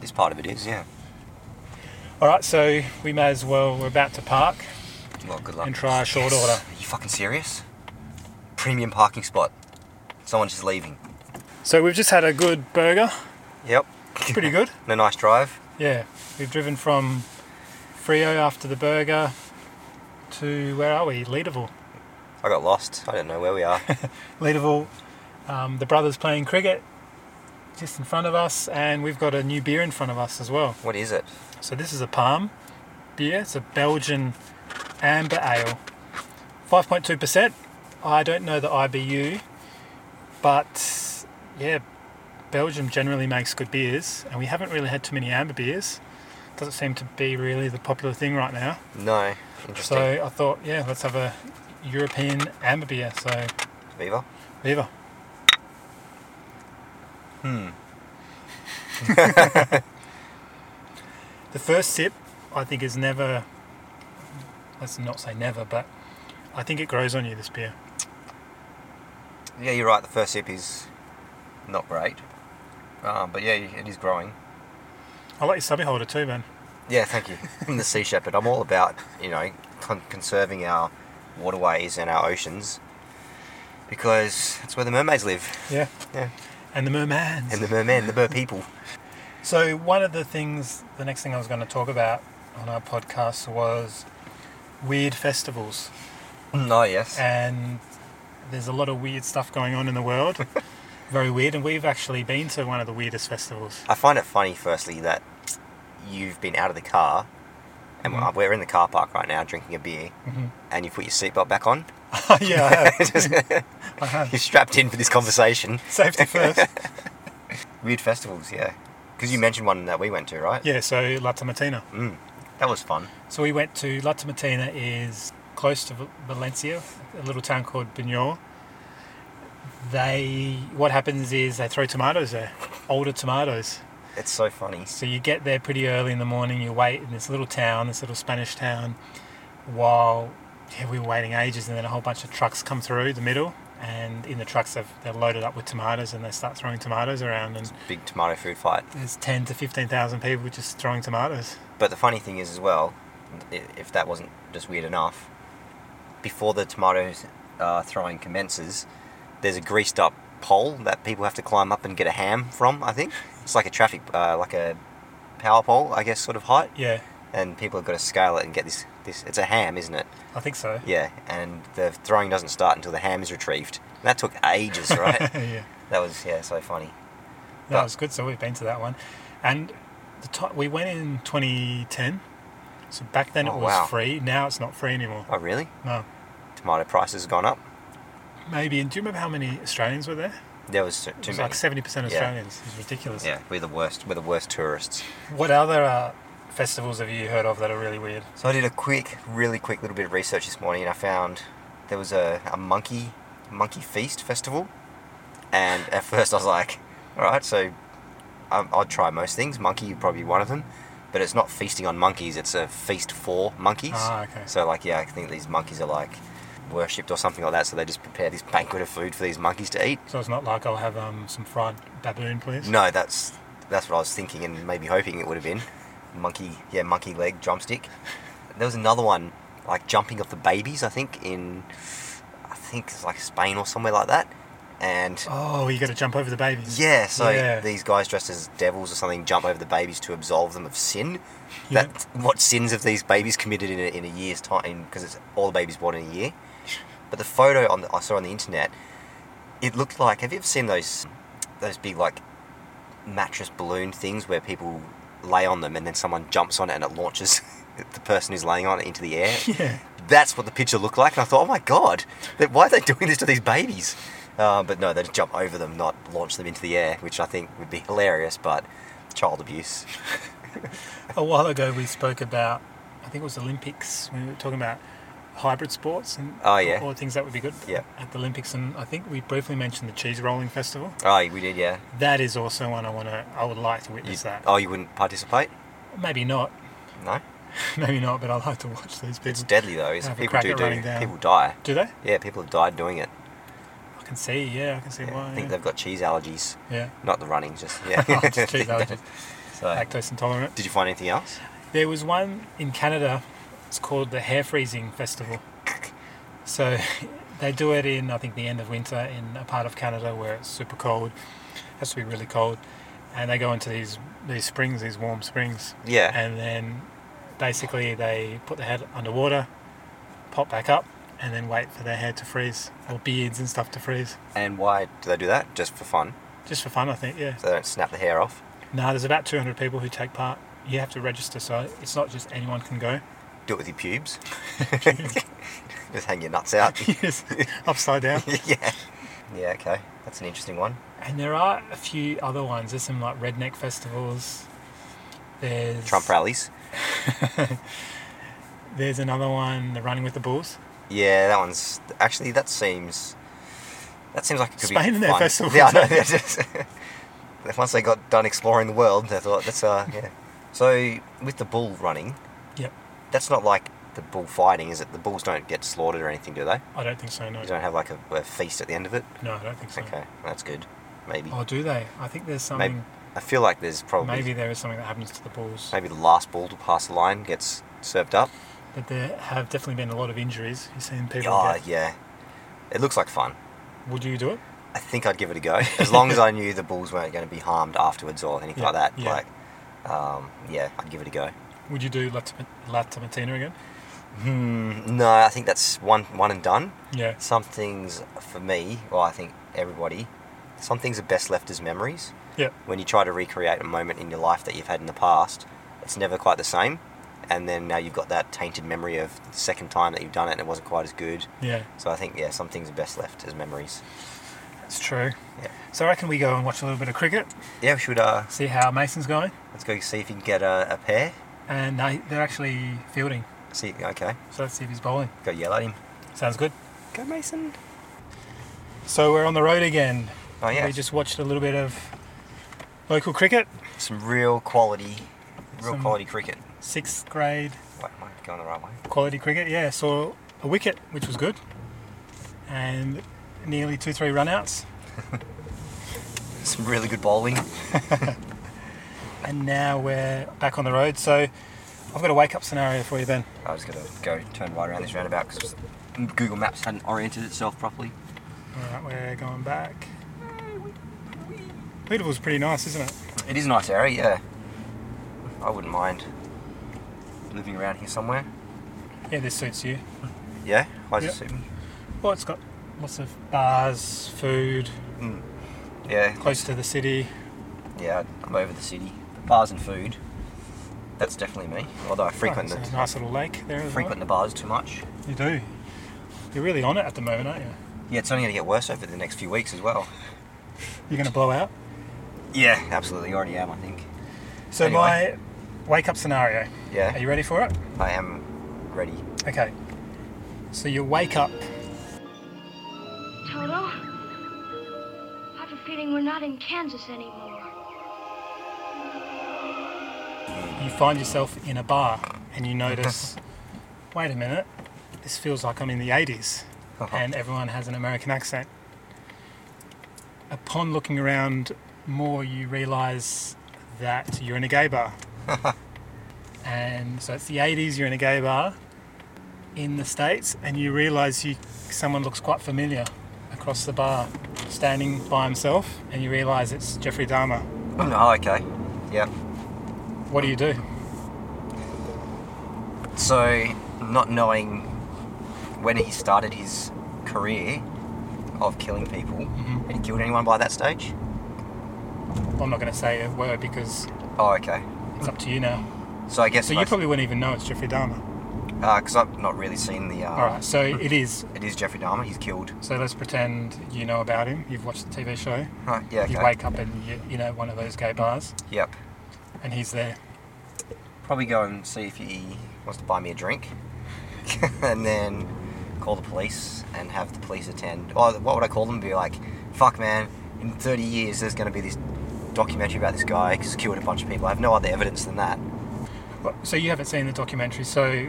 S1: This part of it is, yeah.
S5: All right, so we may as well. We're about to park
S1: Well, good luck.
S5: and try a short order.
S1: Are you fucking serious? Premium parking spot. Someone's just leaving.
S5: So we've just had a good burger.
S1: Yep. [laughs]
S5: Pretty good.
S1: And a nice drive.
S5: Yeah, we've driven from Frio after the burger to where are we? Leaderville.
S1: I got lost. I don't know where we are. [laughs]
S5: Leaderville. Um, the brothers playing cricket just in front of us, and we've got a new beer in front of us as well.
S1: what is it?
S5: So this is a Palm beer. It's a Belgian amber ale, 5.2%. I don't know the IBU, but yeah, Belgium generally makes good beers, and we haven't really had too many amber beers. Doesn't seem to be really the popular thing right now.
S1: No. Interesting.
S5: So I thought, yeah, let's have a European amber beer. So
S1: Beaver?
S5: Viva.
S1: Hmm.
S5: [laughs] The first sip, I think, is never. Let's not say never, but I think it grows on you. This beer.
S1: Yeah, you're right. The first sip is not great. Um, but yeah, it is growing.
S5: I like your stubby holder too, man.
S1: Yeah,
S5: [laughs]
S1: thank you. I'm the sea shepherd. I'm all about you know con- conserving our waterways and our oceans because that's where the mermaids live
S5: Yeah.
S1: Yeah.
S5: And the merman.
S1: and the mermen, the mer people. [laughs]
S5: So one of the things, the next thing I was going to talk about on our podcast was weird festivals,
S1: oh yes.
S5: and there's a lot of weird stuff going on in the
S1: [laughs]
S5: world. Very weird, and we've actually been to one of the weirdest festivals.
S1: I find it funny, firstly, that you've been out of the car and
S5: Mhm.
S1: we're in the car park right now drinking a beer, and you put your seatbelt back on. [laughs]
S5: [laughs] yeah, I have.
S1: Just-
S5: I have.
S1: you're strapped in for this conversation.
S5: Safety first.
S1: Weird festivals, yeah. Because you mentioned one that we went to, right?
S5: Yeah, so La Tomatina.
S1: Mm, that was fun.
S5: So we went to La Tomatina is close to Val- Valencia, a little town called Buñol. They what happens is they throw tomatoes there, older tomatoes.
S1: It's so funny.
S5: So you get there pretty early in the morning. You wait in this little town, this little Spanish town, while yeah, we were waiting ages, and then a whole bunch of trucks come through the middle, and in the trucks they've, they're loaded up with tomatoes, and they start throwing tomatoes around, and
S1: Big tomato food fight.
S5: there's ten to fifteen thousand people just throwing tomatoes.
S1: But the funny thing is, as well, i- if that wasn't just weird enough, before the tomatoes uh, throwing commences, there's a greased up pole that people have to climb up and get a ham from. I think it's like a traffic, uh, like a power pole, I guess, sort of height,
S5: Yeah,
S1: and people have got to scale it and get this. This it's a ham, isn't it?
S5: I think so.
S1: Yeah, and the throwing doesn't start until the ham is retrieved. And that took ages,
S5: [laughs]
S1: right?
S5: [laughs] yeah.
S1: that was yeah, so funny.
S5: That
S1: But-
S5: was good. So we've been to that one, and the to- we went in 2010. So back then
S1: Oh,
S5: it was
S1: wow.
S5: free. Now it's not free anymore.
S1: Oh really?
S5: No,
S1: Tomato prices have gone up.
S5: maybe. And do you remember how many Australians were there?
S1: There was too
S5: It
S1: too
S5: was
S1: many.
S5: like 70 percent
S1: Yeah.
S5: Australians. It's ridiculous.
S1: yeah, we're the worst. We're the worst tourists.
S5: What other uh, festivals have you heard of that are really weird?
S1: So I did a quick, really quick little bit of research this morning, and I found there was a, a monkey monkey feast festival. And at first, I was like, "All right, so i I'll try most things. Monkey probably one of them, but it's not feasting on monkeys. It's a feast for monkeys.
S5: Ah, okay.
S1: So like, yeah, I think these monkeys are like worshipped or something like that. So they just prepare this banquet of food for these monkeys to eat.
S5: So it's not like I'll have um, some fried baboon, please.
S1: No, that's that's what I was thinking and maybe hoping it would have been monkey. Yeah, monkey leg drumstick. There was another one like jumping off the babies. I think in I think it's like Spain or somewhere like that. And
S5: Oh, you got to jump over the babies.
S1: yeah, so
S5: Yeah.
S1: these guys dressed as devils or something jump over the babies to absolve them of sin.
S5: Yeah.
S1: That what sins have these babies committed in a, in a year's time? Because it's all the babies born in a year. But the photo on the, I saw on the internet, it looked like. Have you ever seen those those big like mattress balloon things where people lay on them and then someone jumps on it and it launches [laughs] the person who's laying on it into the air?
S5: [laughs] Yeah.
S1: That's what the picture looked like, and I thought, oh my god, that- why are they doing this to these babies? Uh, but no, they just jump over them, not launch them into the air, which I think would be hilarious, but child abuse.
S5: A while ago, we spoke about, I think it was Olympics, when we were talking about hybrid sports and
S1: Oh, yeah.
S5: all things that would be good
S1: Yeah.
S5: at the Olympics. And I think we briefly mentioned the cheese rolling festival.
S1: Oh, we did, yeah.
S5: That is also one I want to, I would like to
S1: You,
S5: witness that.
S1: oh, you wouldn't participate?
S5: Maybe not, [laughs]
S1: No.
S5: maybe not, but I'd like to watch these
S1: It's
S5: people.
S1: deadly though. Is
S5: Have a
S1: people
S5: crack
S1: do
S5: at
S1: do
S5: running down.
S1: people die.
S5: Do they?
S1: Yeah, people have died doing it.
S5: I can see, yeah, I can see
S1: Yeah,
S5: why.
S1: I think
S5: yeah.
S1: they've got cheese allergies.
S5: yeah. [laughs]
S1: Not the running, just yeah.
S5: Oh, [laughs]
S1: [laughs]
S5: just cheese allergies,
S1: so,
S5: lactose intolerant.
S1: did you find anything else?
S5: There was one in Canada. It's called the Hair Freezing Festival. So [laughs] they do it in, I think, the end of winter in a part of Canada where it's super cold. has to be really cold, and they go into these these springs, these warm springs,
S1: Yeah.
S5: and then basically they put the head underwater, pop back up, and then wait for their hair to freeze or beards and stuff to freeze,
S1: And why do they do that? Just for fun,
S5: just for fun, I think. Yeah.
S1: so they don't snap the hair off.
S5: No, there's about 200 people who take part. You have to register, so it's not just anyone can go.
S1: Do it with
S5: [laughs]
S1: your pubes. just hang your nuts out. [laughs]
S5: yes, upside down.
S1: yeah. Yeah. Okay. That's an interesting one.
S5: [laughs] And there are a few other ones. There's some like redneck festivals. There's
S1: Trump rallies.
S5: There's another one, the Running with the Bulls.
S1: Yeah, that one's actually that seems that seems like it could
S5: Spain
S1: be
S5: and their
S1: fun.
S5: festivals,
S1: [laughs] Yeah, I know.
S5: eh?
S1: they're just- Once they got done exploring the world, they thought that's uh yeah. So with the bull running,
S5: Yep.
S1: that's not like the bull fighting, is it? The bulls don't get slaughtered or anything, do they?
S5: I don't think so. No.
S1: You don't have like a, a feast at the end of it.
S5: No, I don't think so.
S1: Okay, that's good. Maybe.
S5: Oh, do they? I think there's something.
S1: I feel like there's
S5: Maybe,
S1: probably maybe,
S5: there is something that happens to the Bulls.
S1: the last bull to pass the line gets served up.
S5: But there have definitely been a lot of injuries. You've seen people.
S1: Oh
S5: get-
S1: yeah, it looks like fun.
S5: Would you do it?
S1: I think I'd give it
S5: [laughs]
S1: a go. As long as I knew the bulls weren't going to be harmed afterwards or anything
S5: Yeah,
S1: like that.
S5: yeah.
S1: Like, um, yeah, I'd give it a go.
S5: Would you do Latam- Latamantina again?
S1: Hmm, no, I think that's one one and done.
S5: Yeah.
S1: Some things for me, well, I think everybody, some things are best left as memories.
S5: Yeah.
S1: When you try to recreate a moment in your life that you've had in the past, it's never quite the same. And then now you've got that tainted memory of the second time that you've done it and it wasn't quite as good.
S5: Yeah.
S1: So I think, yeah, some things are best left as memories.
S5: That's true.
S1: Yeah.
S5: So I reckon we go and watch a little bit of cricket,
S1: Yeah, we should, uh,
S5: see how Mason's going,
S1: let's go see if you can get a, a pair.
S5: and they, they're actually fielding.
S1: See, okay.
S5: So let's see if he's bowling.
S1: Go yell at him.
S5: Sounds good.
S1: Go Mason.
S5: So we're on the road again.
S1: Oh yeah.
S5: We just watched a little bit of local cricket,
S1: some real quality, real
S5: Some-
S1: quality cricket.
S5: sixth grade
S1: Wait, am I going the right way?
S5: quality cricket. Yeah, saw a wicket, which was good, and nearly two three run outs.
S1: Some really good bowling.
S5: And now we're back on the road. So I've got a wake up scenario for you, Ben.
S1: I was gonna go turn right around this roundabout because Google Maps hadn't oriented itself properly.
S5: All right, we're going back. Leaderville's pretty nice, isn't it?
S1: It is a nice area, yeah. I wouldn't mind living around here somewhere.
S5: Yeah, this suits you.
S1: Yeah, I was
S5: Yep.
S1: assuming.
S5: Well, it's got lots of bars, food,
S1: Yeah,
S5: close to the city.
S1: yeah. I'm over the city. Bars and food. That's definitely me. Although I frequent
S5: Nice,
S1: the
S5: nice little lake there as
S1: frequent the bars too much.
S5: well. You do. You're really on it at the moment, aren't you?
S1: Yeah, it's only gonna get worse over the next few weeks as well.
S5: You're going to blow out.
S1: Yeah, absolutely. Already am, I think.
S5: So
S1: Anyway.
S5: my wake up scenario.
S1: Yeah.
S5: Are you ready for it?
S1: I am ready.
S5: Okay. So you wake up.
S3: Toto, I've a feeling we're not in Kansas anymore.
S5: You find yourself in
S1: [laughs]
S5: a bar, and you notice. wait a minute. This feels like I'm in the 80s.
S1: Uh-huh.
S5: and everyone has an American accent. Upon looking around more, you realise that you're in a gay bar. and so it's the 80s, you're in a gay bar in the States, and you realise you someone looks quite familiar across the bar, standing by himself, and you realise it's Jeffrey Dahmer.
S1: [clears throat] oh, okay. Yep.
S5: What do you do?
S1: So, not knowing when he started his career of killing people, had he killed anyone by that stage?
S5: I'm not going to say a word because
S1: Oh, okay.
S5: it's up to you now.
S1: So I guess
S5: So you probably wouldn't even know it's Jeffrey Dahmer.
S1: because I've not really seen the. Uh,
S5: All right, so it is.
S1: It is Jeffrey Dahmer. He's killed.
S5: So let's pretend you know about him. You've watched the TV show.
S1: Right. Yeah. Okay.
S5: You wake up and you, you know one of those gay bars,
S1: Yep.
S5: and he's there.
S1: Probably go and see if he wants to buy me a drink, [laughs] and then call the police and have the police attend. Or what would I call them? Be like, "Fuck, man! In 30 years, there's going to be this documentary about this guy because he killed a bunch of people. I have no other evidence than that."
S5: So you haven't seen the documentary. So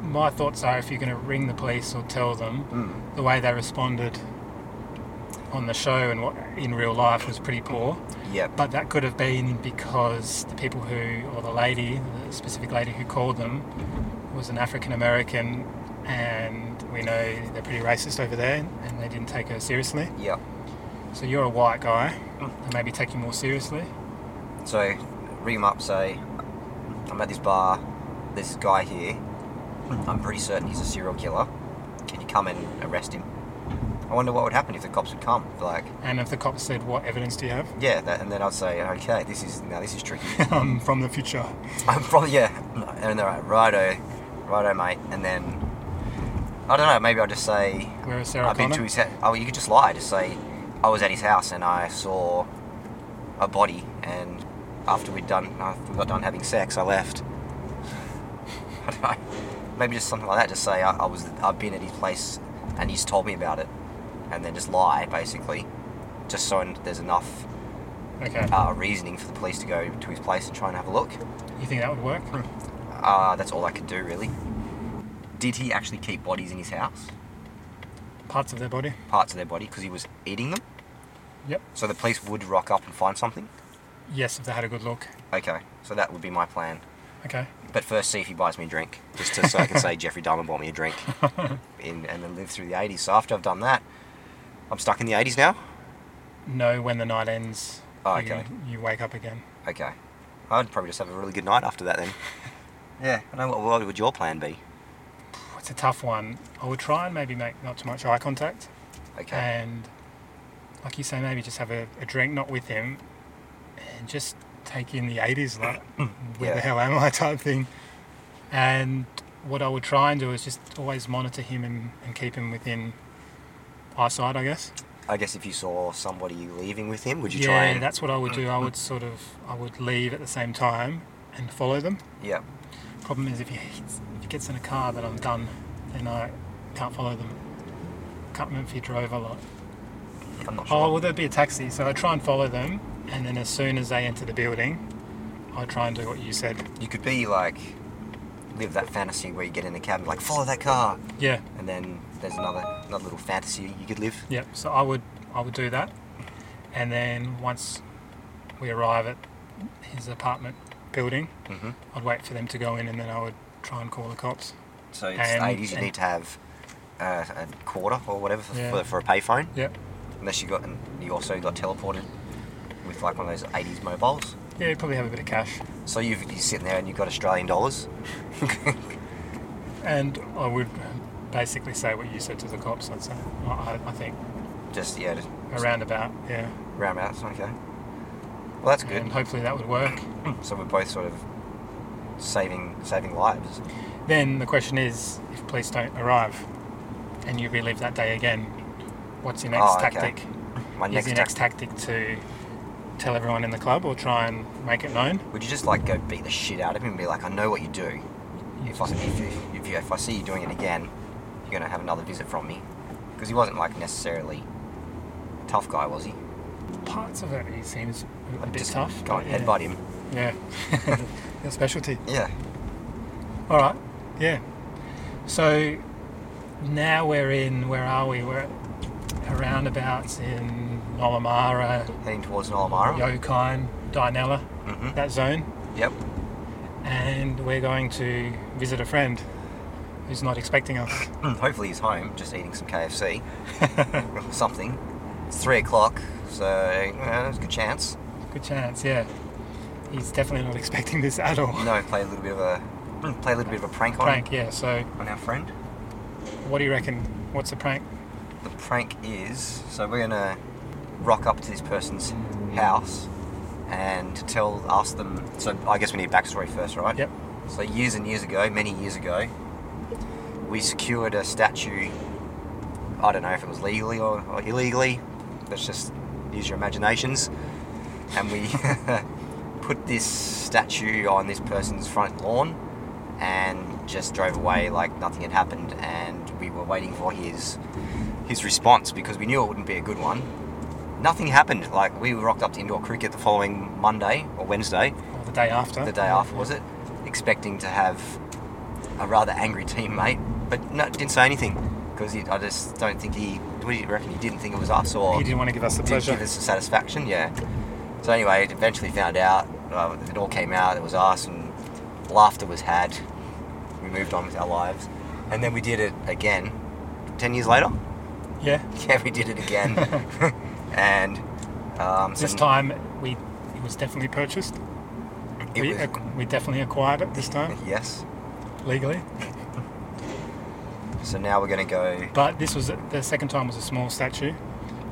S5: my thoughts are, if you're going to ring the police or tell them,
S1: Mm.
S5: the way they responded on the show and what in real life was pretty poor.
S1: Yep.
S5: But that could have been because the people who, or the lady, the specific lady who called them, was an African American, and we know they're pretty racist over there, and they didn't take her seriously.
S1: Yep.
S5: So you're a white guy, and maybe take you more seriously.
S1: So, ring him up, say, I'm at this bar, there's this guy here, I'm pretty certain he's a serial killer, can you come and arrest him? I wonder what would happen if the cops would come. They're Like,
S5: And if the cops said, "What evidence do you have?" [laughs]
S1: yeah, that, and then I'd say, okay, this is, now this is tricky. [laughs]
S5: I'm um, from the future.
S1: I'm probably, yeah, and they're like, righto, righto, mate, and then, I don't know, maybe I'll just say,
S5: Where is Sarah
S1: I've been
S5: Connor?
S1: to his house, oh, you could just lie, just say, I was at his house and I saw a body, and after we'd done, after we got done having sex, I left. [laughs] I don't know. Maybe just something like that. Just say I, I was, I've been at his place, and he's told me about it, and then just lie basically, just so en- there's enough
S5: Okay.
S1: uh, reasoning for the police to go to his place and try and have a look.
S5: You think that would work?
S1: Uh, that's all I could do really. Did he actually keep bodies in his house,
S5: Parts of their body.
S1: parts of their body, because he was eating them?
S5: Yep.
S1: So the police would rock up and find something.
S5: Yes, if they had a good look.
S1: Okay, so that would be my plan.
S5: Okay.
S1: But first, see if he buys me a drink, just to, so I can say Jeffrey Dahmer bought me a [laughs] drink, in, and then live through the '80s. So after I've done that, I'm stuck in the '80s now.
S5: Know when the night ends.
S1: Oh,
S5: you-
S1: okay.
S5: You, wake up again.
S1: Okay, I'd probably just have a really good night after that then. [laughs] Yeah. I know what, what would your plan be?
S5: It's a tough one. I would try and maybe make not too much eye contact,
S1: Okay.
S5: and like you say, maybe just have a, a drink, not with him, and just take in the '80s, like where
S1: [coughs] Yeah.
S5: the hell am I [laughs] type thing. And what I would try and do is just always monitor him and, and keep him within eyesight, I guess.
S1: I guess if you saw somebody leaving with him, would you
S5: yeah,
S1: try and?
S5: that's what I would do.
S1: [coughs]
S5: I would sort of I would leave at the same time and follow them.
S1: Yeah.
S5: Problem is, if he, hits, if he gets in a car, then I'm done. Then I can't follow them. Can't remember if he drove a lot.
S1: I'm not sure.
S5: Oh, well, there'd be a taxi, so I try and follow them, and then as soon as they enter the building, I try and do what you said.
S1: You could be like, live that fantasy where you get in the cab and like follow that car,
S5: Yeah,
S1: and then there's another another little fantasy you could live.
S5: yeah. So I would, I would do that, and then once we arrive at his apartment building,
S1: Mm-hmm.
S5: I'd wait for them to go in, and then I would try and call the cops.
S1: So it's
S5: And-
S1: the 80s, you
S5: and-
S1: need to have uh, a quarter or whatever for,
S5: Yeah.
S1: for, for a payphone.
S5: Yep.
S1: Unless you got, and you also got teleported with like one of those 80s mobiles.
S5: Yeah, you probably have a bit of cash.
S1: So you've, you're sitting there and you've got Australian dollars.
S5: And I would um, basically say what you said to the cops. I'd say, I, I I think,
S1: Just, yeah, just
S5: a roundabout. Yeah.
S1: round out. it's Okay. Well, that's good.
S5: And hopefully that would work.
S1: So we're both sort of saving saving lives.
S5: Then the question is, if police don't arrive, and you relive that day again, what's your next
S1: Oh, okay.
S5: tactic?
S1: My
S5: is
S1: next,
S5: your
S1: tac-
S5: next tactic to tell everyone in the club or try and make it known?
S1: Would you just like go beat the shit out of him and be like, I know what you do. If I, if, you, if, you, if I see you doing it again, you're going to have another visit from me. Because he wasn't like necessarily a tough guy, was he?
S5: Parts of it he seems a bit
S1: Just
S5: tough.
S1: Go
S5: but
S1: and
S5: yeah.
S1: headbutt him.
S5: Yeah. [laughs] Your specialty.
S1: Yeah.
S5: All right. Yeah. So now we're in, where are we? We're at roundabouts in Nolamara,
S1: Heading towards Nolamara.
S5: Yokine, Dinella,
S1: Mhm.
S5: that zone.
S1: Yep. [clears throat]
S5: And we're going to visit a friend who's not expecting us.
S1: Hopefully he's home, just eating some KFC [laughs] or something. It's three o'clock, so uh, there's a good chance.
S5: Good chance, yeah. He's definitely not [laughs] expecting this at all.
S1: No, play a little bit of a [clears throat] play a little bit of a prank on
S5: Prank, yeah. So,
S1: on our friend.
S5: what do you reckon? What's the prank?
S1: The prank is so we're gonna rock up to this person's house and tell ask them. So I guess we need backstory first, right?
S5: Yep.
S1: So years and years ago, many years ago, we secured a statue. I don't know if it was legally or, or illegally. Let's just use your imaginations. And we [laughs] put this statue on this person's front lawn and just drove away like nothing had happened. And we were waiting for his his response because we knew it wouldn't be a good one. Nothing happened. Like we rocked up to indoor cricket the following Monday or Wednesday,
S5: Or the day after?
S1: the day after, was it? Expecting to have a rather angry teammate, but no, didn't say anything because I just don't think he. What do you reckon? He didn't think it was us, or
S5: He didn't want to give us the
S1: didn't
S5: pleasure.
S1: give us the satisfaction. Yeah. So anyway, it eventually found out. Uh, it all came out. It was us, and laughter was had. We moved on with our lives, and then we did it again. Ten years later. [laughs]
S5: Yeah.
S1: Yeah, we did it again.
S5: [laughs]
S1: and um, so
S5: This time we it was definitely purchased.
S1: it
S5: we,
S1: was-
S5: ac- we definitely acquired it this time
S1: yes.
S5: legally.
S1: So now we're going to go.
S5: But this was the second time was a small statue,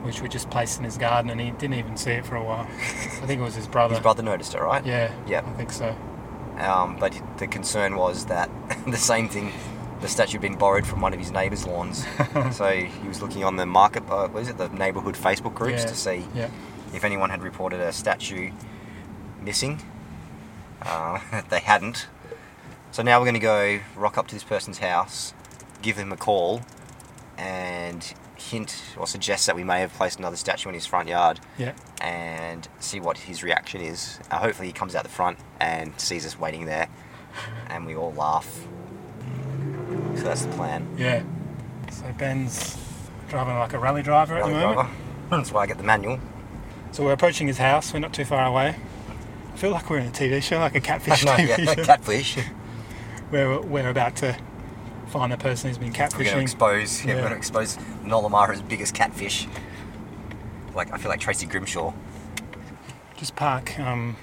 S5: which we just placed in his garden, and he didn't even see it for a
S1: [laughs]
S5: while. I think it was his brother.
S1: His brother noticed it, right?
S5: Yeah.
S1: Yep.
S5: I think so.
S1: Um, but the concern was that [laughs] the same thing, the statue had been borrowed from one of his
S5: [laughs]
S1: neighbour's lawns. so he was looking on the market, uh, what is it, the neighbourhood Facebook groups
S5: yeah.
S1: to see
S5: Yeah.
S1: if anyone had reported a statue missing. Uh, [laughs] they hadn't. So now we're going to go rock up to this person's house, give him a call, and hint or suggest that we may have placed another statue in his front yard
S5: Yeah.
S1: and see what his reaction is. Uh, hopefully, he comes out the front and sees us waiting there, and we all laugh. So that's the plan.
S5: Yeah. So Ben's driving like a rally driver at
S1: Rally
S5: the moment.
S1: driver. That's why I get
S5: [laughs]
S1: the manual.
S5: So we're approaching his house. We're not too far away. I feel like we're in a TV show, like a
S1: [laughs]
S5: catfish
S1: No,
S5: TV [laughs]
S1: yeah,
S5: show,
S1: catfish.
S5: where we're about to find the person who's been
S1: We're going to
S5: catfishing.
S1: expose. Yeah,
S5: Yeah.
S1: we're going to expose Nolamara's biggest catfish. Like I feel like Tracy Grimshaw.
S5: Just park um,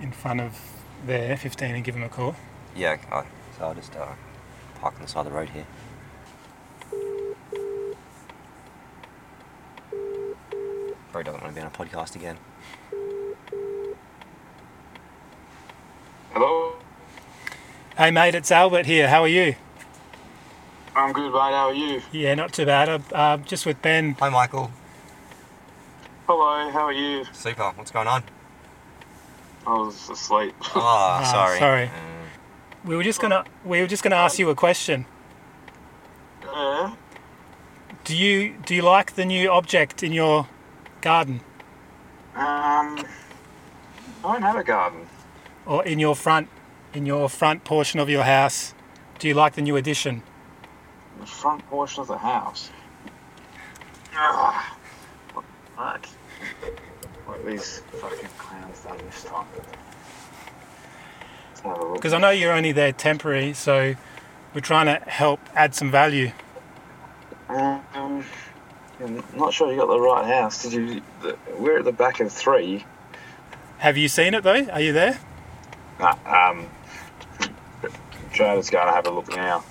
S5: in front of there, 15, and give him a call.
S1: Yeah. I, so I'll just uh, park on the side of the road here. Bro doesn't want to be on a podcast again.
S4: Hello.
S5: Hey mate, it's Albert here. How are you?
S4: I'm good, mate. How are you?
S5: Yeah, not too bad. I'm uh, just with Ben.
S1: Hi, Michael.
S4: Hello. How are you?
S1: Super. What's going on?
S4: I was asleep.
S1: Oh, sorry.
S5: sorry.
S1: Uh,
S5: We were just gonna we were just gonna ask you a question.
S4: [laughs] yeah.
S5: Do you do you like the new object in your garden
S4: Um. I don't have a garden.
S5: or in your front in your front portion of your house? Do you like the new addition?
S4: The front portion of the house. Ugh. What the fuck? What these fucking clowns done this time? Let's have a look.
S5: Because I know you're only there temporary, so we're trying to help add some value.
S4: Um, I'm not sure you got the right house. Did you? The, we're at the back of three.
S5: Have you seen it though? Are you there?
S4: Nah, um, Joe's going to have a look now.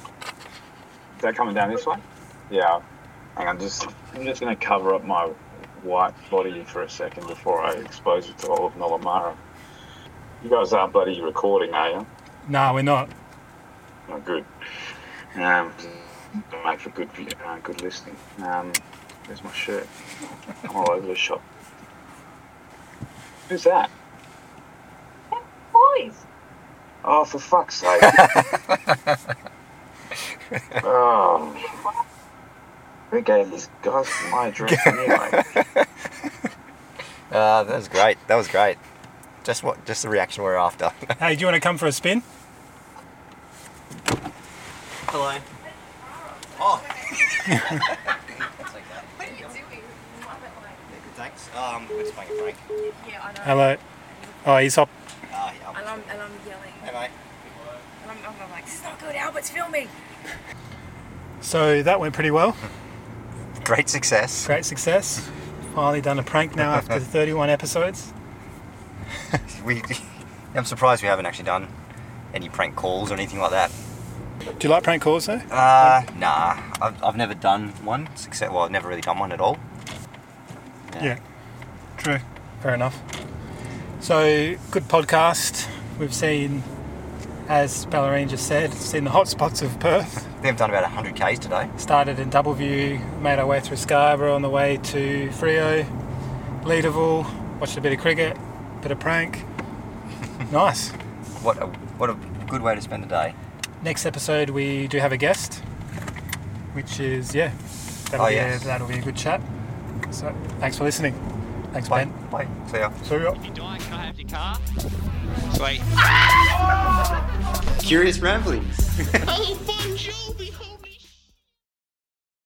S4: Is that coming down this way? Yeah. Hang on, just I'm just going to cover up my white body for a second before I expose it to all of Nolamara. You guys aren't bloody recording, are you?
S5: No, we're not.
S4: Oh, good. Um, to make for good, view- uh, good listening. Um, there's my shirt. I'm all over the shop. Who's that?
S3: Boys!
S4: Oh, for fuck's sake. oh. Who gave these guys my address anyway?
S1: Uh, that was great. That was great. Just what? Just the reaction we're after. [laughs]
S5: Hey, do you want to come for a spin?
S1: Hello. Oh. That's okay.
S6: What are you doing? Why am I like-
S1: Thanks. Um, we're just playing a break.
S6: Yeah, I know.
S5: Hello. Oh, he's up.
S1: Ah, yeah.
S6: And I'm, and I'm yelling.
S1: Hey, mate.
S6: And I'm, I'm like, this is not good, Albert's filming.
S5: So that went pretty well.
S1: Great success.
S5: Great success. Finally done a prank now after 31 episodes.
S1: We, [laughs] I'm surprised we haven't actually done any prank calls or anything like that.
S5: Do you like prank calls though?
S1: Uh, nah, I've, I've never done one. Success. Well, I've never really done one at all.
S5: Yeah. True. Fair enough. So good podcast. We've seen, as Ballerine just said, seen the hot spots of Perth.
S1: We've done about 100 k's today.
S5: Started in Doubleview, made our way through Scarborough on the way to Frio, Leaderville, watched a bit of cricket, bit of [laughs] prank. nice.
S1: What a what a good way to spend a day.
S5: Next episode we do have a guest, which is yeah, that'll,
S1: Oh,
S5: be,
S1: yes.
S5: a, that'll be a good chat. So thanks for listening. Thanks,
S1: Bye.
S5: Ben.
S1: Bye. See ya.
S5: See ya.
S7: If you die, can I have your car?
S1: Curious ramblings.
S7: Oh, bonjour, behold.